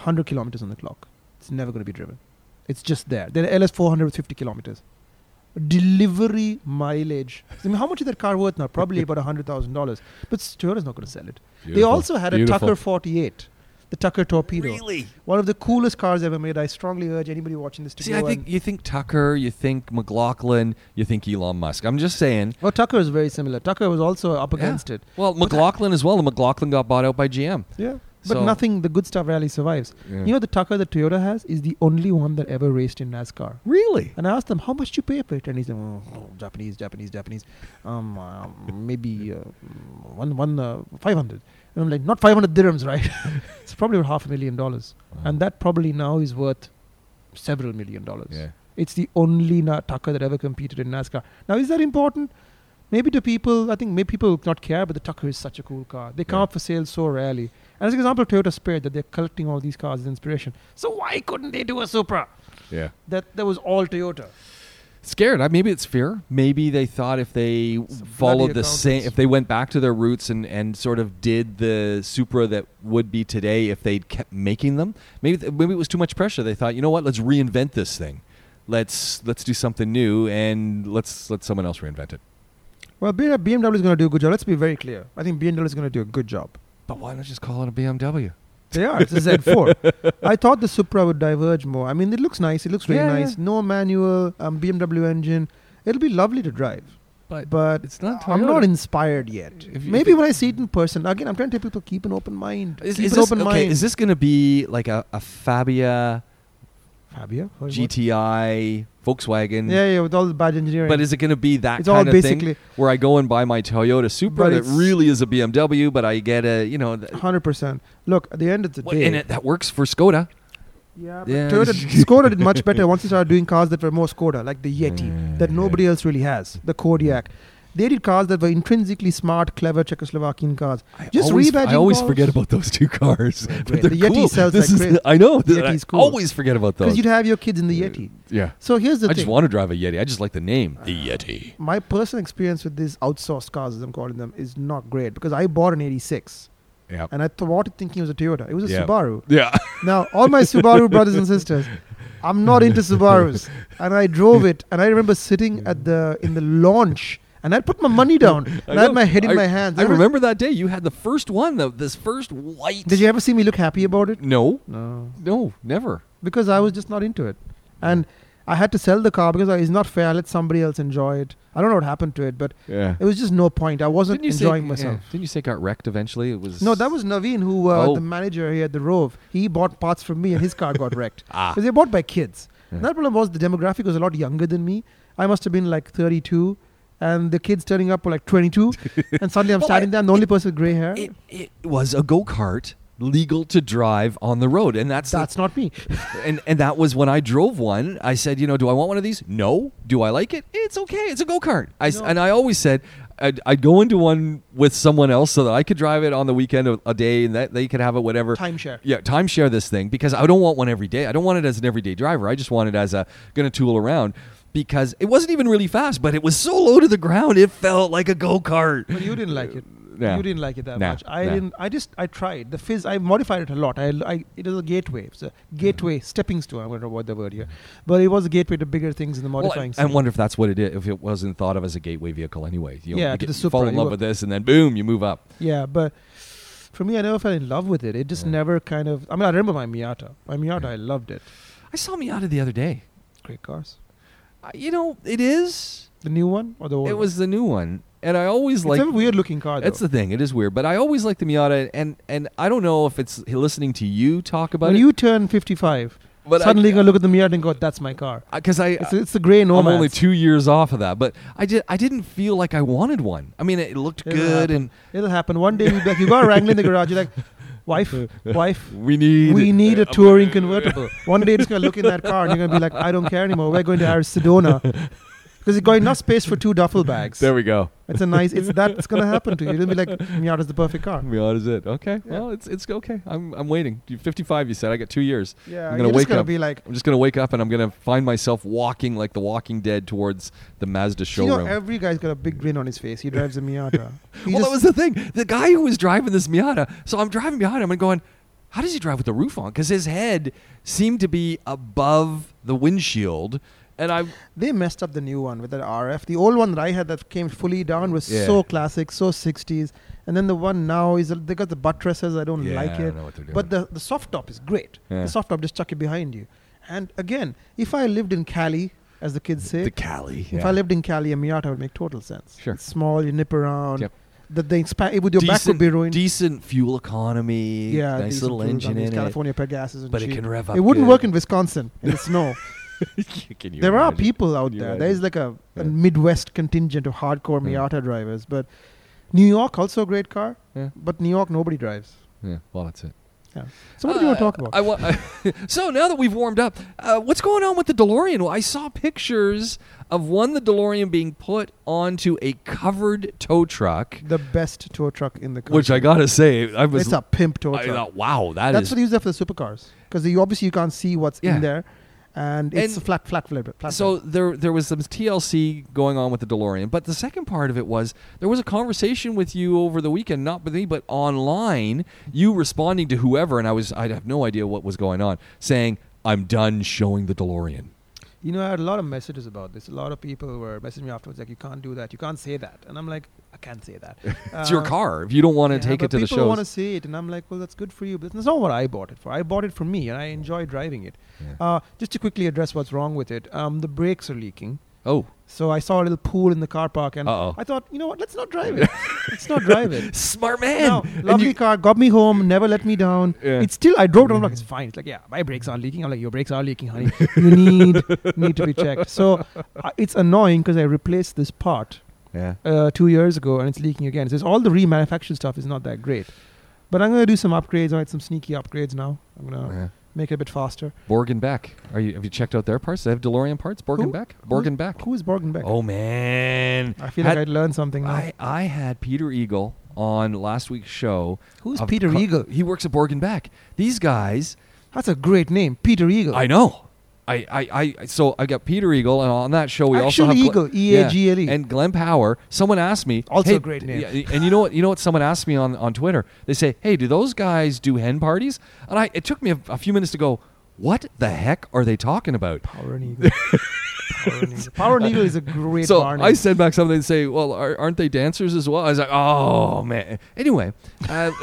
Speaker 2: 100 kilometers on the clock it's never going to be driven it's just there the ls 450 kilometers delivery mileage i mean how much is that car worth now probably about $100000 but toyota's not going to sell it they also had a Tucker 48, the Tucker torpedo.
Speaker 1: Really?
Speaker 2: One of the coolest cars ever made. I strongly urge anybody watching this to
Speaker 1: See,
Speaker 2: go
Speaker 1: I think
Speaker 2: and-
Speaker 1: you think Tucker, you think McLaughlin, you think Elon Musk. I'm just saying.
Speaker 2: Oh, Tucker is very similar. Tucker was also up
Speaker 1: Yeah.
Speaker 2: against it.
Speaker 1: Well, McLaughlin as well. And McLaughlin got bought out by GM.
Speaker 2: Yeah. But
Speaker 1: So-
Speaker 2: nothing, the good stuff rarely survives.
Speaker 1: Yeah.
Speaker 2: You know, the Tucker that Toyota has is the only one that ever raced in NASCAR.
Speaker 1: Really?
Speaker 2: And I asked them, how much do you pay for it? And he said, "Oh, oh, Japanese, Japanese, Japanese. Um, uh, maybe uh, mm, one, one, uh, 500. And I'm like, not 500 dirhams, right? it's probably about half a million dollars. And that probably now is worth several million dollars.
Speaker 1: Yeah.
Speaker 2: It's the only na- Tucker that ever competed in NASCAR. Now, is that important? Maybe to people, I think maybe people would not care, but the Tucker is such a cool car. They come
Speaker 1: Yeah.
Speaker 2: up for sale so rarely. And as an example, Toyota Spirit, that they're collecting all these cars as inspiration. So why couldn't they do a Supra?
Speaker 1: Yeah.
Speaker 2: That that was all Toyota.
Speaker 1: scared. I, maybe it's fear. Maybe they thought if they followed the same,
Speaker 2: accountants.
Speaker 1: if they went back to their roots and, and sort of did the Supra that would be today if they'd kept making them, maybe th- maybe it was too much pressure. They thought, you know what, let's reinvent this thing. Let's let's do something new and let's let someone else reinvent it.
Speaker 2: Well, B- BMW is going to do a good job. Let's be very clear. I think BMW is going to do a good job.
Speaker 1: But why not just call it a BMW?
Speaker 2: They are. It's a Z4. I thought the Supra would diverge more. I mean, it looks nice. It looks really
Speaker 1: Yeah,
Speaker 2: nice.
Speaker 1: yeah.
Speaker 2: No manual, um, BMW engine. It'll be lovely to drive.
Speaker 1: But,
Speaker 2: But
Speaker 1: it's not.
Speaker 2: I'm
Speaker 1: Toyota.
Speaker 2: not inspired yet.
Speaker 1: If-
Speaker 2: Maybe
Speaker 1: if it-
Speaker 2: when I see it in person. Again, I'm trying to tell people keep an open mind.
Speaker 1: Is,
Speaker 2: keep
Speaker 1: is
Speaker 2: an
Speaker 1: this,
Speaker 2: open
Speaker 1: okay,
Speaker 2: mind.
Speaker 1: is this going to be like a, a Fabia
Speaker 2: Fabia? Or what?
Speaker 1: GTI Volkswagen?
Speaker 2: Yeah, yeah, with all the bad engineering.
Speaker 1: But is it going to be that
Speaker 2: it's all
Speaker 1: kind of thing?
Speaker 2: basically
Speaker 1: where I go and buy my Toyota Supra
Speaker 2: But
Speaker 1: that
Speaker 2: it's-
Speaker 1: really is a BMW, but I get a you know, th-
Speaker 2: 100%. Look, at the end of the
Speaker 1: what-
Speaker 2: day.
Speaker 1: and it, that works for Skoda.
Speaker 2: Yeah, but
Speaker 1: Yeah.
Speaker 2: Toyota Skoda did much better once they started doing cars that were more Skoda, like the Yeti,
Speaker 1: Mm,
Speaker 2: that
Speaker 1: yeah.
Speaker 2: nobody else really has, the Kodiak. They did cars that were intrinsically smart, clever Czechoslovakian cars.
Speaker 1: I
Speaker 2: Just
Speaker 1: always,
Speaker 2: reimagine
Speaker 1: I always
Speaker 2: cars.
Speaker 1: forget about those two cars.
Speaker 2: They're
Speaker 1: But
Speaker 2: great.
Speaker 1: they're
Speaker 2: The Yeti
Speaker 1: cool.
Speaker 2: sells
Speaker 1: this
Speaker 2: like
Speaker 1: is,
Speaker 2: crazy.
Speaker 1: I know.
Speaker 2: The
Speaker 1: that-
Speaker 2: Yeti's
Speaker 1: I
Speaker 2: cool.
Speaker 1: always forget about
Speaker 2: Because
Speaker 1: those.
Speaker 2: you'd have your kids in the Yeti.
Speaker 1: yeah.
Speaker 2: So here's the
Speaker 1: I
Speaker 2: thing.
Speaker 1: just want to drive a Yeti. I just like the name, the Yeti.
Speaker 2: My personal experience with these outsourced cars, as I'm calling them, is not great because I bought an 86
Speaker 1: Yeah.
Speaker 2: and I thought thinking it was a Toyota. It was a
Speaker 1: Yeah.
Speaker 2: Subaru.
Speaker 1: Yeah.
Speaker 2: Now, all my Subaru brothers and sisters, I'm not into Subarus, and I drove it, and I remember sitting at the in the launch, and I put my money down, and I, had
Speaker 1: know.
Speaker 2: my head in
Speaker 1: I-
Speaker 2: my hands.
Speaker 1: I
Speaker 2: Ever-
Speaker 1: remember that day. You had the first one, though. This first white.
Speaker 2: Did you ever see me look happy about it?
Speaker 1: No.
Speaker 2: No,
Speaker 1: No. Never.
Speaker 2: because I was just not into it, and I had to sell the car because I, it's not fair. I let somebody else enjoy it. I don't know what happened to it, but
Speaker 1: Yeah.
Speaker 2: it was just no point. I wasn't
Speaker 1: say-
Speaker 2: enjoying
Speaker 1: yeah.
Speaker 2: myself.
Speaker 1: Didn't you say it got wrecked eventually? It was
Speaker 2: No, that was Naveen, who uh,
Speaker 1: Oh.
Speaker 2: the manager here at the Rove. He bought parts from me, and his car got wrecked
Speaker 1: Ah.
Speaker 2: because they were bought by kids.
Speaker 1: Yeah.
Speaker 2: That problem was the demographic was a lot younger than me. I must have been like 32, and the kids turning up were like 22, and suddenly I'm
Speaker 1: Well,
Speaker 2: standing
Speaker 1: I-
Speaker 2: there, I'm the only person with gray hair.
Speaker 1: It, it was a go kart legal to drive on the road, and that's the-
Speaker 2: That's not me.
Speaker 1: and and that was when I drove one. I said, you know, do I want one of these? No. Do I like it? It's okay. It's a go kart. I s
Speaker 2: No.
Speaker 1: and I always said. I'd, I'd go into one with someone else so that I could drive it on the weekend a, a day and that they could have it whatever
Speaker 2: Timeshare.
Speaker 1: yeah timeshare this thing because I don't want one every day I don't want it as an everyday driver I just want it as a gonna tool around because it wasn't even really fast but it was so low to the ground it felt like a go kart
Speaker 2: But you didn't like it.
Speaker 1: Yeah.
Speaker 2: You didn't like it that
Speaker 1: Nah,
Speaker 2: much. I
Speaker 1: nah.
Speaker 2: didn't. I just. I tried the fizz. I modified it a lot. I. I it was a gateway. It's a
Speaker 1: Mm.
Speaker 2: gateway stepping stone. I'm going to avoid the word here, but it was a gateway to bigger things in the
Speaker 1: Well,
Speaker 2: modifying.
Speaker 1: I, I
Speaker 2: scene.
Speaker 1: wonder if that's what it is. If it wasn't thought of as a gateway vehicle anyway. You,
Speaker 2: Yeah,
Speaker 1: you
Speaker 2: to the
Speaker 1: you fall
Speaker 2: Supra,
Speaker 1: in
Speaker 2: you
Speaker 1: love
Speaker 2: were-
Speaker 1: with this, and then boom, you move up.
Speaker 2: Yeah, but for me, I never fell in love with it. It just
Speaker 1: Yeah.
Speaker 2: never kind of. I mean, I remember my Miata. My Miata, I loved it.
Speaker 1: I saw Miata the other day.
Speaker 2: Great cars.
Speaker 1: I, you know, it is.
Speaker 2: The new one or the old?
Speaker 1: It
Speaker 2: one?
Speaker 1: was the new one, and I always
Speaker 2: It's
Speaker 1: like.
Speaker 2: a weird looking car. Though.
Speaker 1: That's the thing. It is weird, but I always like the Miata, and and I don't know if it's listening to you talk about
Speaker 2: when
Speaker 1: it.
Speaker 2: you turn 55,
Speaker 1: but
Speaker 2: suddenly you're gonna look at the Miata and go, "That's my car."
Speaker 1: because I,
Speaker 2: It's, it's the gray
Speaker 1: I'm
Speaker 2: nomad.
Speaker 1: only two years off of that, but I did. I didn't feel like I wanted one. I mean, it looked
Speaker 2: It'll
Speaker 1: good,
Speaker 2: happen. It'll happen. One day you'll be like, you got a Wrangler in the garage. You're like, wife, wife,
Speaker 1: and we need
Speaker 2: we need a touring convertible. One day you're just going to look in that car and you're going to be like, I don't care anymore. We're going to Arcedona. Because it's got enough space for two duffel bags.
Speaker 1: There we go.
Speaker 2: It's a nice, it's that's going to happen to you. You'll be like, Miata's the perfect car.
Speaker 1: Miata's it. Okay.
Speaker 2: Yeah.
Speaker 1: Well, it's it's okay. I'm I'm waiting. You're 55. You said I got two years.
Speaker 2: Yeah,
Speaker 1: I'm
Speaker 2: you're
Speaker 1: gonna
Speaker 2: just
Speaker 1: wake
Speaker 2: going to
Speaker 1: up.
Speaker 2: be like,
Speaker 1: I'm just gonna wake up and I'm gonna find myself walking like the Walking Dead towards the Mazda
Speaker 2: you
Speaker 1: showroom.
Speaker 2: know, every guy's got a big grin on his face. He drives a Miata. He
Speaker 1: well,
Speaker 2: just-
Speaker 1: that was the thing. The guy who was driving this Miata. So I'm driving behind him and going, "How does he drive with the roof on?" Because his head seemed to be above the windshield, and I
Speaker 2: they messed up the new one with that RF. The old one that I had that came fully down was
Speaker 1: Yeah.
Speaker 2: so classic, so 60s. And then the one now is they got the buttresses. I don't like
Speaker 1: I
Speaker 2: it.
Speaker 1: don't know what they're doing.
Speaker 2: But the, the soft top is great.
Speaker 1: Yeah.
Speaker 2: The soft top just chuck it behind you. And again, if I lived in Cali, as the kids say,
Speaker 1: the Cali.
Speaker 2: if
Speaker 1: yeah.
Speaker 2: I lived in Cali, a Miata would make total sense.
Speaker 1: Sure.
Speaker 2: It's small, you nip around.
Speaker 1: Yep.
Speaker 2: The, the expa- it would, your back would be ruined.
Speaker 1: decent fuel economy.
Speaker 2: yeah,
Speaker 1: nice
Speaker 2: decent
Speaker 1: little
Speaker 2: tools. I
Speaker 1: engine
Speaker 2: mean,
Speaker 1: in it.
Speaker 2: California pet gas isn't
Speaker 1: But it
Speaker 2: cheap.
Speaker 1: can rev up.
Speaker 2: It wouldn't
Speaker 1: good.
Speaker 2: work in Wisconsin in the snow.
Speaker 1: Can you
Speaker 2: there are
Speaker 1: imagine?
Speaker 2: people out
Speaker 1: you
Speaker 2: there.
Speaker 1: imagine?
Speaker 2: There is like a,
Speaker 1: Yeah.
Speaker 2: a Midwest contingent of hardcore
Speaker 1: Yeah.
Speaker 2: Miata drivers, but New York also a great car.
Speaker 1: Yeah.
Speaker 2: But New York nobody drives.
Speaker 1: Yeah. Well, that's it.
Speaker 2: So what do you want to
Speaker 1: Uh,
Speaker 2: talk about?
Speaker 1: I wa- so now that we've warmed up, uh, what's going on with the DeLorean? Well, I saw pictures of one the DeLorean being put onto a covered tow truck,
Speaker 2: the best tow truck in the country.
Speaker 1: which I gotta say, I was
Speaker 2: it's a pimp tow
Speaker 1: I
Speaker 2: truck.
Speaker 1: thought, wow, that
Speaker 2: That's
Speaker 1: is-
Speaker 2: what they use that for the supercars because you obviously you can't see what's
Speaker 1: Yeah.
Speaker 2: in there, and it's
Speaker 1: And
Speaker 2: flat, flat, flat, flat.
Speaker 1: so there there was some TLC going on with the DeLorean, but the second part of it was there was a conversation with you over the weekend, not with me, but online, you responding to whoever, and I was I have no idea what was going on, saying, "I'm done showing the DeLorean."
Speaker 2: you know, I had a lot of messages about this. A lot of people were messaging me afterwards like, "You can't do that. You can't say that." And I'm like, "I can't say that."
Speaker 1: It's your
Speaker 2: Uh,
Speaker 1: car. If you don't want to
Speaker 2: Yeah,
Speaker 1: take it
Speaker 2: but
Speaker 1: to the
Speaker 2: people
Speaker 1: show,
Speaker 2: want to see it, and I'm like, well, that's good for you, but that's not what I bought it for. I bought it for me, and I enjoy driving it. Uh, just to quickly address what's wrong with it, um, the brakes are leaking.
Speaker 1: oh,
Speaker 2: So I saw a little pool in the car park, and
Speaker 1: Uh-oh.
Speaker 2: I thought, you know what? Let's not drive it. let's not drive it.
Speaker 1: smart man.
Speaker 2: No,
Speaker 1: And
Speaker 2: lovely
Speaker 1: you-
Speaker 2: car, got me home, never let me down.
Speaker 1: Yeah.
Speaker 2: It's still I drove down, I'm like it's fine. It's like yeah, my brakes are leaking. I'm like your brakes are leaking, honey. You need need to be checked. So uh, it's annoying because I replaced this part
Speaker 1: yeah.
Speaker 2: uh, two years ago and it's leaking again. So it's all the remanufactured stuff is not that great. But I'm going to do some upgrades. I had some sneaky upgrades now. I'm going to
Speaker 1: yeah.
Speaker 2: make it a bit faster.
Speaker 1: Borg and Beck. Are you? Have you checked out their parts? They have DeLorean parts. Borg and
Speaker 2: Who?
Speaker 1: Beck. Borg and Beck.
Speaker 2: Who is Borgenbeck?
Speaker 1: Oh man.
Speaker 2: I feel
Speaker 1: Had-
Speaker 2: like I'd learn something now.
Speaker 1: I I had Peter Eagle on last week's show.
Speaker 2: Who's
Speaker 1: of
Speaker 2: Peter
Speaker 1: co-
Speaker 2: Eagle?
Speaker 1: He works at Borg and Beck. These guys.
Speaker 2: That's a great name, Peter Eagle.
Speaker 1: I know. I, I, I so I got Peter Eagle and on that show we also
Speaker 2: Actual
Speaker 1: have
Speaker 2: Eagle, E E-A-G-L-E.
Speaker 1: yeah, and Glenn Power. Someone asked me
Speaker 2: Also
Speaker 1: hey,
Speaker 2: a great name.
Speaker 1: yeah, and you know what you know what someone asked me on, on Twitter. They say, Hey, do those guys do hen parties? And I it took me a, a few minutes to go, What the heck are they talking about?
Speaker 2: Power and Eagle. Power and Eagle. Power and Eagle is a great
Speaker 1: So
Speaker 2: bar
Speaker 1: I
Speaker 2: name.
Speaker 1: sent back something and say, "Well, are, aren't they dancers as well?" I was like, "Oh man." Anyway, uh,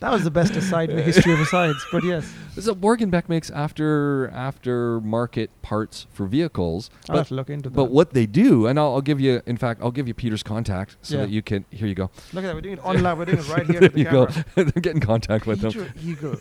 Speaker 2: That was the best aside in the history of asides. But yes,
Speaker 1: So Morganbeck makes after after market parts for vehicles,
Speaker 2: I'll have
Speaker 1: but,
Speaker 2: to look into that.
Speaker 1: but what they do, and I'll, I'll give you. In fact, I'll give you Peter's contact so
Speaker 2: Yeah.
Speaker 1: that you can. Here you go.
Speaker 2: look at that. We're doing it on live. We're doing it right here.
Speaker 1: there
Speaker 2: to the
Speaker 1: you
Speaker 2: camera.
Speaker 1: go. Get in contact with him.
Speaker 2: Peter Eagle.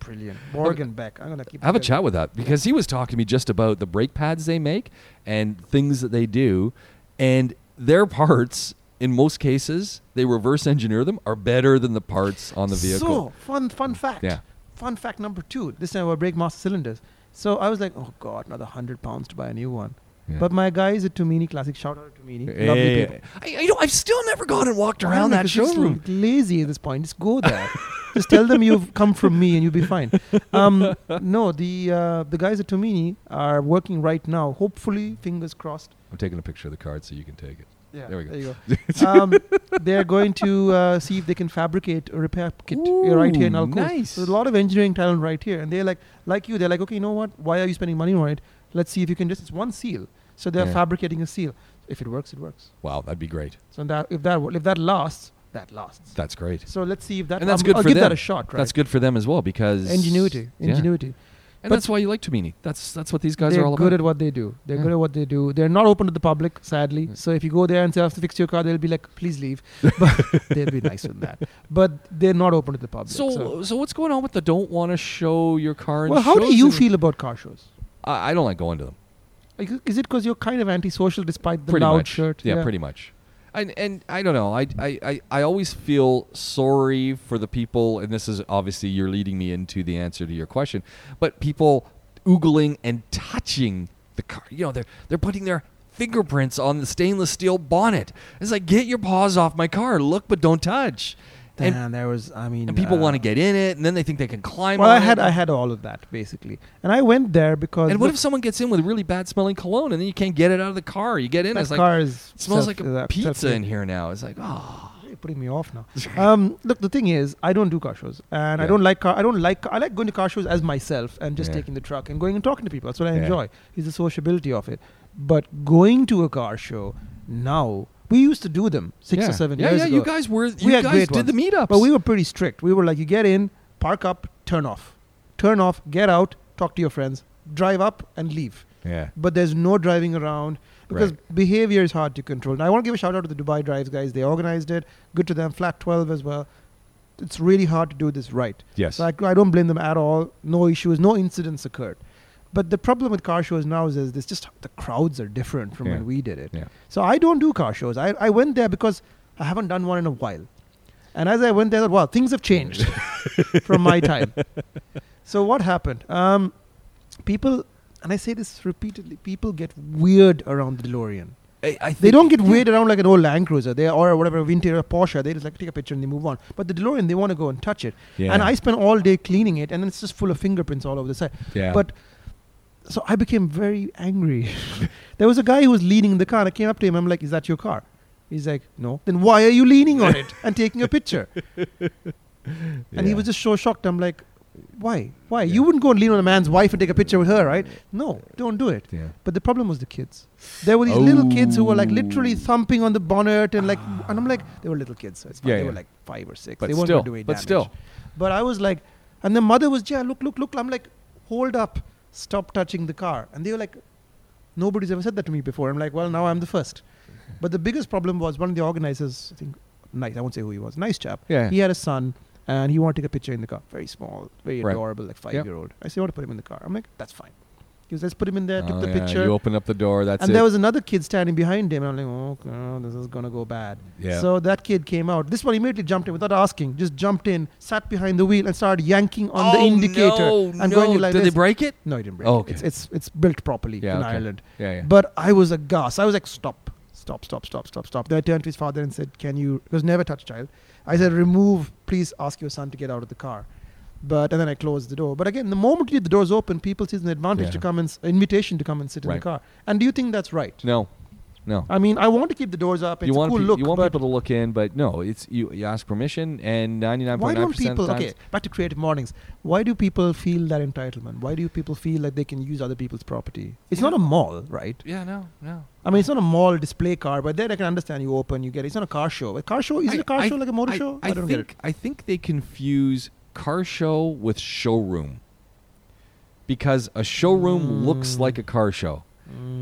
Speaker 2: Brilliant. Morgan Beck. I'm gonna keep.
Speaker 1: Have a
Speaker 2: together.
Speaker 1: chat with that because he was talking to me just about the brake pads they make and things that they do, and their parts. In most cases, they reverse engineer them are better than the parts on the vehicle.
Speaker 2: So fun, fun fact.
Speaker 1: Yeah.
Speaker 2: Fun fact number two. This time about brake master cylinders. So I was like, oh god, another hundred pounds to buy a new one.
Speaker 1: Yeah.
Speaker 2: But my guy is a Tumini Classic. Shout out to Tumini.
Speaker 1: Yeah,
Speaker 2: Lovely
Speaker 1: yeah, yeah.
Speaker 2: people.
Speaker 1: I, I don't, I've still never gone and walked
Speaker 2: I don't
Speaker 1: around
Speaker 2: know,
Speaker 1: that
Speaker 2: 'cause it's
Speaker 1: showroom.
Speaker 2: Lazy at this point. Just go there. Just tell them you've come from me and you'll be fine. Um, no, the uh, the guys at Tumini are working right now. Hopefully, fingers crossed.
Speaker 1: I'm taking a picture of the card so you can take it.
Speaker 2: Yeah,
Speaker 1: There we go.
Speaker 2: There you go. um, they're going to uh, see if they can fabricate a repair kit uh, right here in
Speaker 1: Ooh,
Speaker 2: Alcoa.
Speaker 1: nice.
Speaker 2: So there's a lot of engineering talent right here, and they're like, like you, they're like, okay, you know what? Why are you spending money on it? Let's see if you can just. It's one seal, so they're
Speaker 1: Yeah.
Speaker 2: fabricating a seal. If it works, it works.
Speaker 1: Wow, that'd be great.
Speaker 2: So that if that if that lasts, that lasts.
Speaker 1: That's great.
Speaker 2: so let's see if that.
Speaker 1: And that's
Speaker 2: I'm-
Speaker 1: good
Speaker 2: I'll
Speaker 1: for
Speaker 2: give
Speaker 1: them.
Speaker 2: that a shot. Right.
Speaker 1: That's good for them as well because
Speaker 2: ingenuity.
Speaker 1: Yeah.
Speaker 2: Ingenuity.
Speaker 1: and
Speaker 2: But-
Speaker 1: that's why you like Tumini. That's that's what these guys
Speaker 2: they're
Speaker 1: are all
Speaker 2: good
Speaker 1: about.
Speaker 2: at what they do. They're
Speaker 1: Yeah.
Speaker 2: good at what they do. They're not open to the public, sadly.
Speaker 1: Yeah.
Speaker 2: So if you go there and say I have to fix your car, they'll be like, please leave. But they'll be nice with that. But they're not open to the public. So, uh,
Speaker 1: so, so what's going on with the don't want to show your car? in
Speaker 2: well, how do
Speaker 1: shows
Speaker 2: you
Speaker 1: and-
Speaker 2: feel about car shows?
Speaker 1: I, I don't like going to them.
Speaker 2: Like, Is it because you're kind of antisocial despite the
Speaker 1: pretty
Speaker 2: loud
Speaker 1: much.
Speaker 2: shirt?
Speaker 1: Yeah, pretty much. And and I don't know. I, I I I always feel sorry for the people, and this is obviously you're leading me into the answer to your question, but people oogling and touching the car. You know, they're they're putting their fingerprints on the stainless steel bonnet. It's like get your paws off my car. Look, but don't touch. And,
Speaker 2: And there was, I mean,
Speaker 1: and people
Speaker 2: uh,
Speaker 1: want to get in it, and then they think they can climb.
Speaker 2: Well, I
Speaker 1: on
Speaker 2: had,
Speaker 1: it.
Speaker 2: I had all of that basically, and I went there because
Speaker 1: And what
Speaker 2: the-
Speaker 1: if someone gets in with really bad smelling cologne, and then you can't get it out of the car? You get in,
Speaker 2: that
Speaker 1: it's like
Speaker 2: car is
Speaker 1: it smells
Speaker 2: self-
Speaker 1: like
Speaker 2: uh,
Speaker 1: a
Speaker 2: self-
Speaker 1: pizza in here now. It's like oh.
Speaker 2: You're putting me off now. um, look, the thing is, I don't do car shows, and I
Speaker 1: Yeah.
Speaker 2: don't like car. I don't like. I like going to car shows as myself and just
Speaker 1: Yeah.
Speaker 2: taking the truck and going and talking to people. That's what I
Speaker 1: Yeah.
Speaker 2: enjoy. Is the sociability of it. But going to a car show now, we used to do them six
Speaker 1: yeah.
Speaker 2: or seven
Speaker 1: yeah,
Speaker 2: years
Speaker 1: yeah,
Speaker 2: ago.
Speaker 1: you guys were you
Speaker 2: had
Speaker 1: guys
Speaker 2: great
Speaker 1: did the meetups.
Speaker 2: but we were pretty strict. We were like, you get in, park up, turn off, turn off, get out, talk to your friends, drive up, and leave
Speaker 1: yeah.
Speaker 2: but there's no driving around because
Speaker 1: Right.
Speaker 2: behavior is hard to control. And I want to give a shout out to the Dubai Drives guys. They organized it. Good to them. Flat 12 as well. It's really hard to do this right.
Speaker 1: Yes.
Speaker 2: So I, I don't blame them at all. No issues, no incidents occurred. But the problem with car shows now is, is this just the crowds are different from
Speaker 1: Yeah.
Speaker 2: when we did it.
Speaker 1: yeah.
Speaker 2: So I don't do car shows. I, I went there because I haven't done one in a while. And as I went there, I thought, wow, things have changed from my time. So what happened? Um, people, and I say this repeatedly, people get weird around the DeLorean.
Speaker 1: I, I think,
Speaker 2: They don't get weird around like an old Land Cruiser they, or whatever vintage or Porsche. They just like take a picture and they move on. But the DeLorean, they want to go and touch it.
Speaker 1: Yeah.
Speaker 2: And I spent all day cleaning it, and then it's just full of fingerprints all over the side.
Speaker 1: Yeah.
Speaker 2: But so I became very angry. there was a guy who was leaning in the car, and I came up to him. I'm like, "Is that your car?" He's like, "No." Then why are you leaning on it and taking a picture? And he was just so shocked. I'm like, "Why? Why?
Speaker 1: Yeah.
Speaker 2: You wouldn't go and lean on a man's wife and take a picture with her, right? No, don't do it."
Speaker 1: Yeah.
Speaker 2: But the problem was the kids. There were these little kids who were like literally
Speaker 1: Oh. Ah.
Speaker 2: thumping on the bonnet and like, and I'm like, they were little kids, so it's fine.
Speaker 1: Yeah,
Speaker 2: they
Speaker 1: yeah.
Speaker 2: were like five or six.
Speaker 1: But
Speaker 2: they weren't
Speaker 1: still,
Speaker 2: gonna do any
Speaker 1: but
Speaker 2: damage.
Speaker 1: still.
Speaker 2: But I was like, and the mother was, yeah, look, look, look. I'm like, hold up, stop touching the car. And they were like, nobody's ever said that to me before. I'm like, well, now I'm the first. But the biggest problem was one of the organizers, I think, nice, I won't say who he was, nice chap.
Speaker 1: Yeah.
Speaker 2: He had a son and he wanted to take a picture in the car. Very small, very
Speaker 1: Right.
Speaker 2: adorable, like five
Speaker 1: Yep.
Speaker 2: year old. I said, I want to put him in the car. I'm like, that's fine. He goes, let's put him in there, took
Speaker 1: Oh,
Speaker 2: the
Speaker 1: yeah,
Speaker 2: picture.
Speaker 1: You open up the door. That's
Speaker 2: and
Speaker 1: it.
Speaker 2: there was another kid standing behind him, and I'm like, oh, okay, this is gonna go bad.
Speaker 1: Yeah.
Speaker 2: So that kid came out. This one immediately jumped in without asking, just jumped in, sat behind the wheel, and started yanking on the
Speaker 1: Oh,
Speaker 2: indicator.
Speaker 1: No,
Speaker 2: and
Speaker 1: no.
Speaker 2: going like
Speaker 1: Did
Speaker 2: this.
Speaker 1: they break it?
Speaker 2: no, he didn't break.
Speaker 1: Oh,
Speaker 2: it.
Speaker 1: okay.
Speaker 2: It's, it's it's built properly
Speaker 1: Yeah,
Speaker 2: in
Speaker 1: okay.
Speaker 2: Ireland.
Speaker 1: Yeah, yeah.
Speaker 2: But I was aghast. I was like, stop, stop, stop, stop, stop, stop. Then I turned to his father and said, can you, because never touch child. I said, remove, please ask your son to get out of the car. But, and then I closed the door. But again, the moment you, the door's open, people sees an advantage
Speaker 1: Yeah.
Speaker 2: to come and, s- invitation to come and sit in
Speaker 1: Right.
Speaker 2: the car. And do you think that's right?
Speaker 1: no. No.
Speaker 2: I mean, I want to keep the doors up. It's
Speaker 1: you
Speaker 2: a
Speaker 1: want
Speaker 2: cool
Speaker 1: pe-
Speaker 2: look.
Speaker 1: you want
Speaker 2: but
Speaker 1: people to look in, but no, it's you, you ask permission, and ninety nine
Speaker 2: why
Speaker 1: point nine
Speaker 2: don't
Speaker 1: percent of
Speaker 2: people?
Speaker 1: the times.
Speaker 2: Okay, back to creative mornings. Why do people feel that entitlement? Why do people feel like they can use other people's property? It's not a mall, right?
Speaker 1: Yeah, no, no.
Speaker 2: I mean, it's not a mall display car, but then I can understand you open, you get. It. It's not a car show. A car show is
Speaker 1: I-
Speaker 2: it a car
Speaker 1: I-
Speaker 2: show like a motor show?
Speaker 1: I,
Speaker 2: don't
Speaker 1: think
Speaker 2: get it.
Speaker 1: I think they confuse car show with showroom because a showroom looks
Speaker 2: Mm.
Speaker 1: like a car show,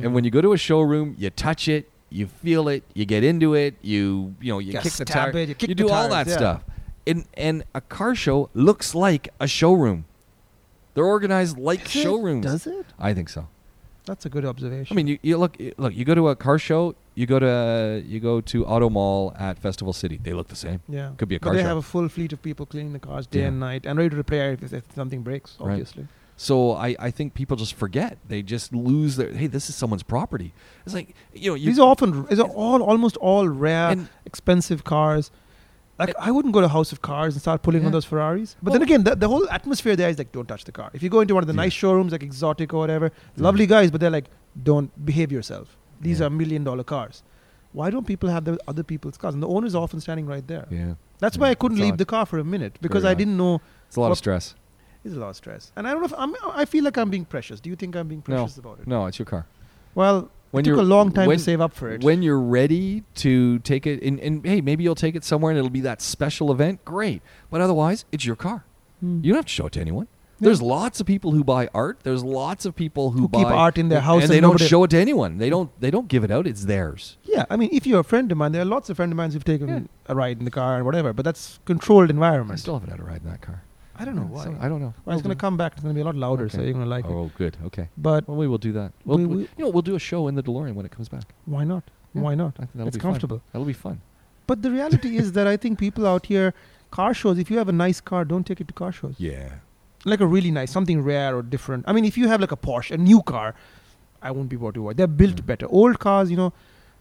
Speaker 1: and
Speaker 2: Mm.
Speaker 1: when you go to a showroom, you touch it, you feel it, you get into it, you you know you
Speaker 2: Yeah,
Speaker 1: kick the
Speaker 2: stab
Speaker 1: tire,
Speaker 2: it, you kick
Speaker 1: do
Speaker 2: the
Speaker 1: all that
Speaker 2: tires, yeah.
Speaker 1: stuff, and and a car show looks like a showroom. They're organized like
Speaker 2: Does it?
Speaker 1: showrooms.
Speaker 2: does it?
Speaker 1: I think so.
Speaker 2: That's a good observation.
Speaker 1: I mean, you, you look you- look. You go to a car show. You go to you go to Auto Mall at Festival City. They look the same.
Speaker 2: yeah,
Speaker 1: could be a
Speaker 2: But
Speaker 1: car
Speaker 2: they
Speaker 1: show.
Speaker 2: have a full fleet of people cleaning the cars day
Speaker 1: Yeah.
Speaker 2: and night and ready to repair it if, if something breaks.
Speaker 1: Right.
Speaker 2: Obviously,
Speaker 1: So I, I think people just forget. They just lose their hey, this is someone's property. It's like you know you
Speaker 2: these are often these are all almost all rare,
Speaker 1: And-
Speaker 2: expensive cars. Like I wouldn't go to House of Cars and start pulling
Speaker 1: Yeah.
Speaker 2: on those Ferraris. But
Speaker 1: Well-
Speaker 2: then again, the, the whole atmosphere there is like, don't touch the car. If you go into one of the
Speaker 1: Yeah.
Speaker 2: nice showrooms like Exotic or whatever, lovely guys, but they're like, don't behave yourself. These
Speaker 1: Yeah.
Speaker 2: are million dollar cars. Why don't people have the other people's cars? And the owner's often standing right there.
Speaker 1: yeah,
Speaker 2: That's why
Speaker 1: Yeah,
Speaker 2: I couldn't
Speaker 1: it's
Speaker 2: leave
Speaker 1: odd.
Speaker 2: the car for a minute because
Speaker 1: Very
Speaker 2: I
Speaker 1: odd.
Speaker 2: didn't know
Speaker 1: it's a lot of
Speaker 2: Well,
Speaker 1: stress.
Speaker 2: it's a lot of stress. And I don't know if I'm, I feel like I'm being precious. Do you think I'm being
Speaker 1: No.
Speaker 2: precious about it?
Speaker 1: No, it's your car.
Speaker 2: Well,
Speaker 1: When
Speaker 2: it took
Speaker 1: you're-
Speaker 2: a long time
Speaker 1: when-
Speaker 2: to save up for it.
Speaker 1: When you're ready to take it, and, and hey, maybe you'll take it somewhere, and it'll be that special event. Great, but otherwise, it's your car.
Speaker 2: Hmm.
Speaker 1: You don't have to show it to anyone.
Speaker 2: No.
Speaker 1: There's lots of people who buy art. There's lots of people who,
Speaker 2: Who
Speaker 1: buy
Speaker 2: keep art in their
Speaker 1: and
Speaker 2: house and
Speaker 1: they don't
Speaker 2: nobody-
Speaker 1: show it to anyone. They don't. They don't give it out. It's theirs.
Speaker 2: Yeah, I mean, if you're a friend of mine, there are lots of friends of mine who've taken
Speaker 1: Yeah.
Speaker 2: a ride in the car and whatever, but that's controlled
Speaker 1: I
Speaker 2: environment.
Speaker 1: still haven't had a ride in that car.
Speaker 2: I don't know why.
Speaker 1: So, I don't know.
Speaker 2: well, it's going to come back. It's going to be a lot louder, so
Speaker 1: Okay.
Speaker 2: you're going to like it.
Speaker 1: Oh, good. Okay.
Speaker 2: But
Speaker 1: Well, we will do that. We'll,
Speaker 2: We-
Speaker 1: we-
Speaker 2: we-
Speaker 1: you know, we'll do a show in the DeLorean when it comes back.
Speaker 2: why not?
Speaker 1: Yeah.
Speaker 2: Why not?
Speaker 1: I think that'll
Speaker 2: It's
Speaker 1: be fun.
Speaker 2: comfortable.
Speaker 1: That'll be fun.
Speaker 2: But the reality is that I think people out here, car shows, if you have a nice car, don't take it to car shows.
Speaker 1: Yeah.
Speaker 2: Like a really nice, something rare or different. I mean, if you have like a Porsche, a new car, I won't be bothered to watch. They're built
Speaker 1: Mm.
Speaker 2: better. Old cars, you know.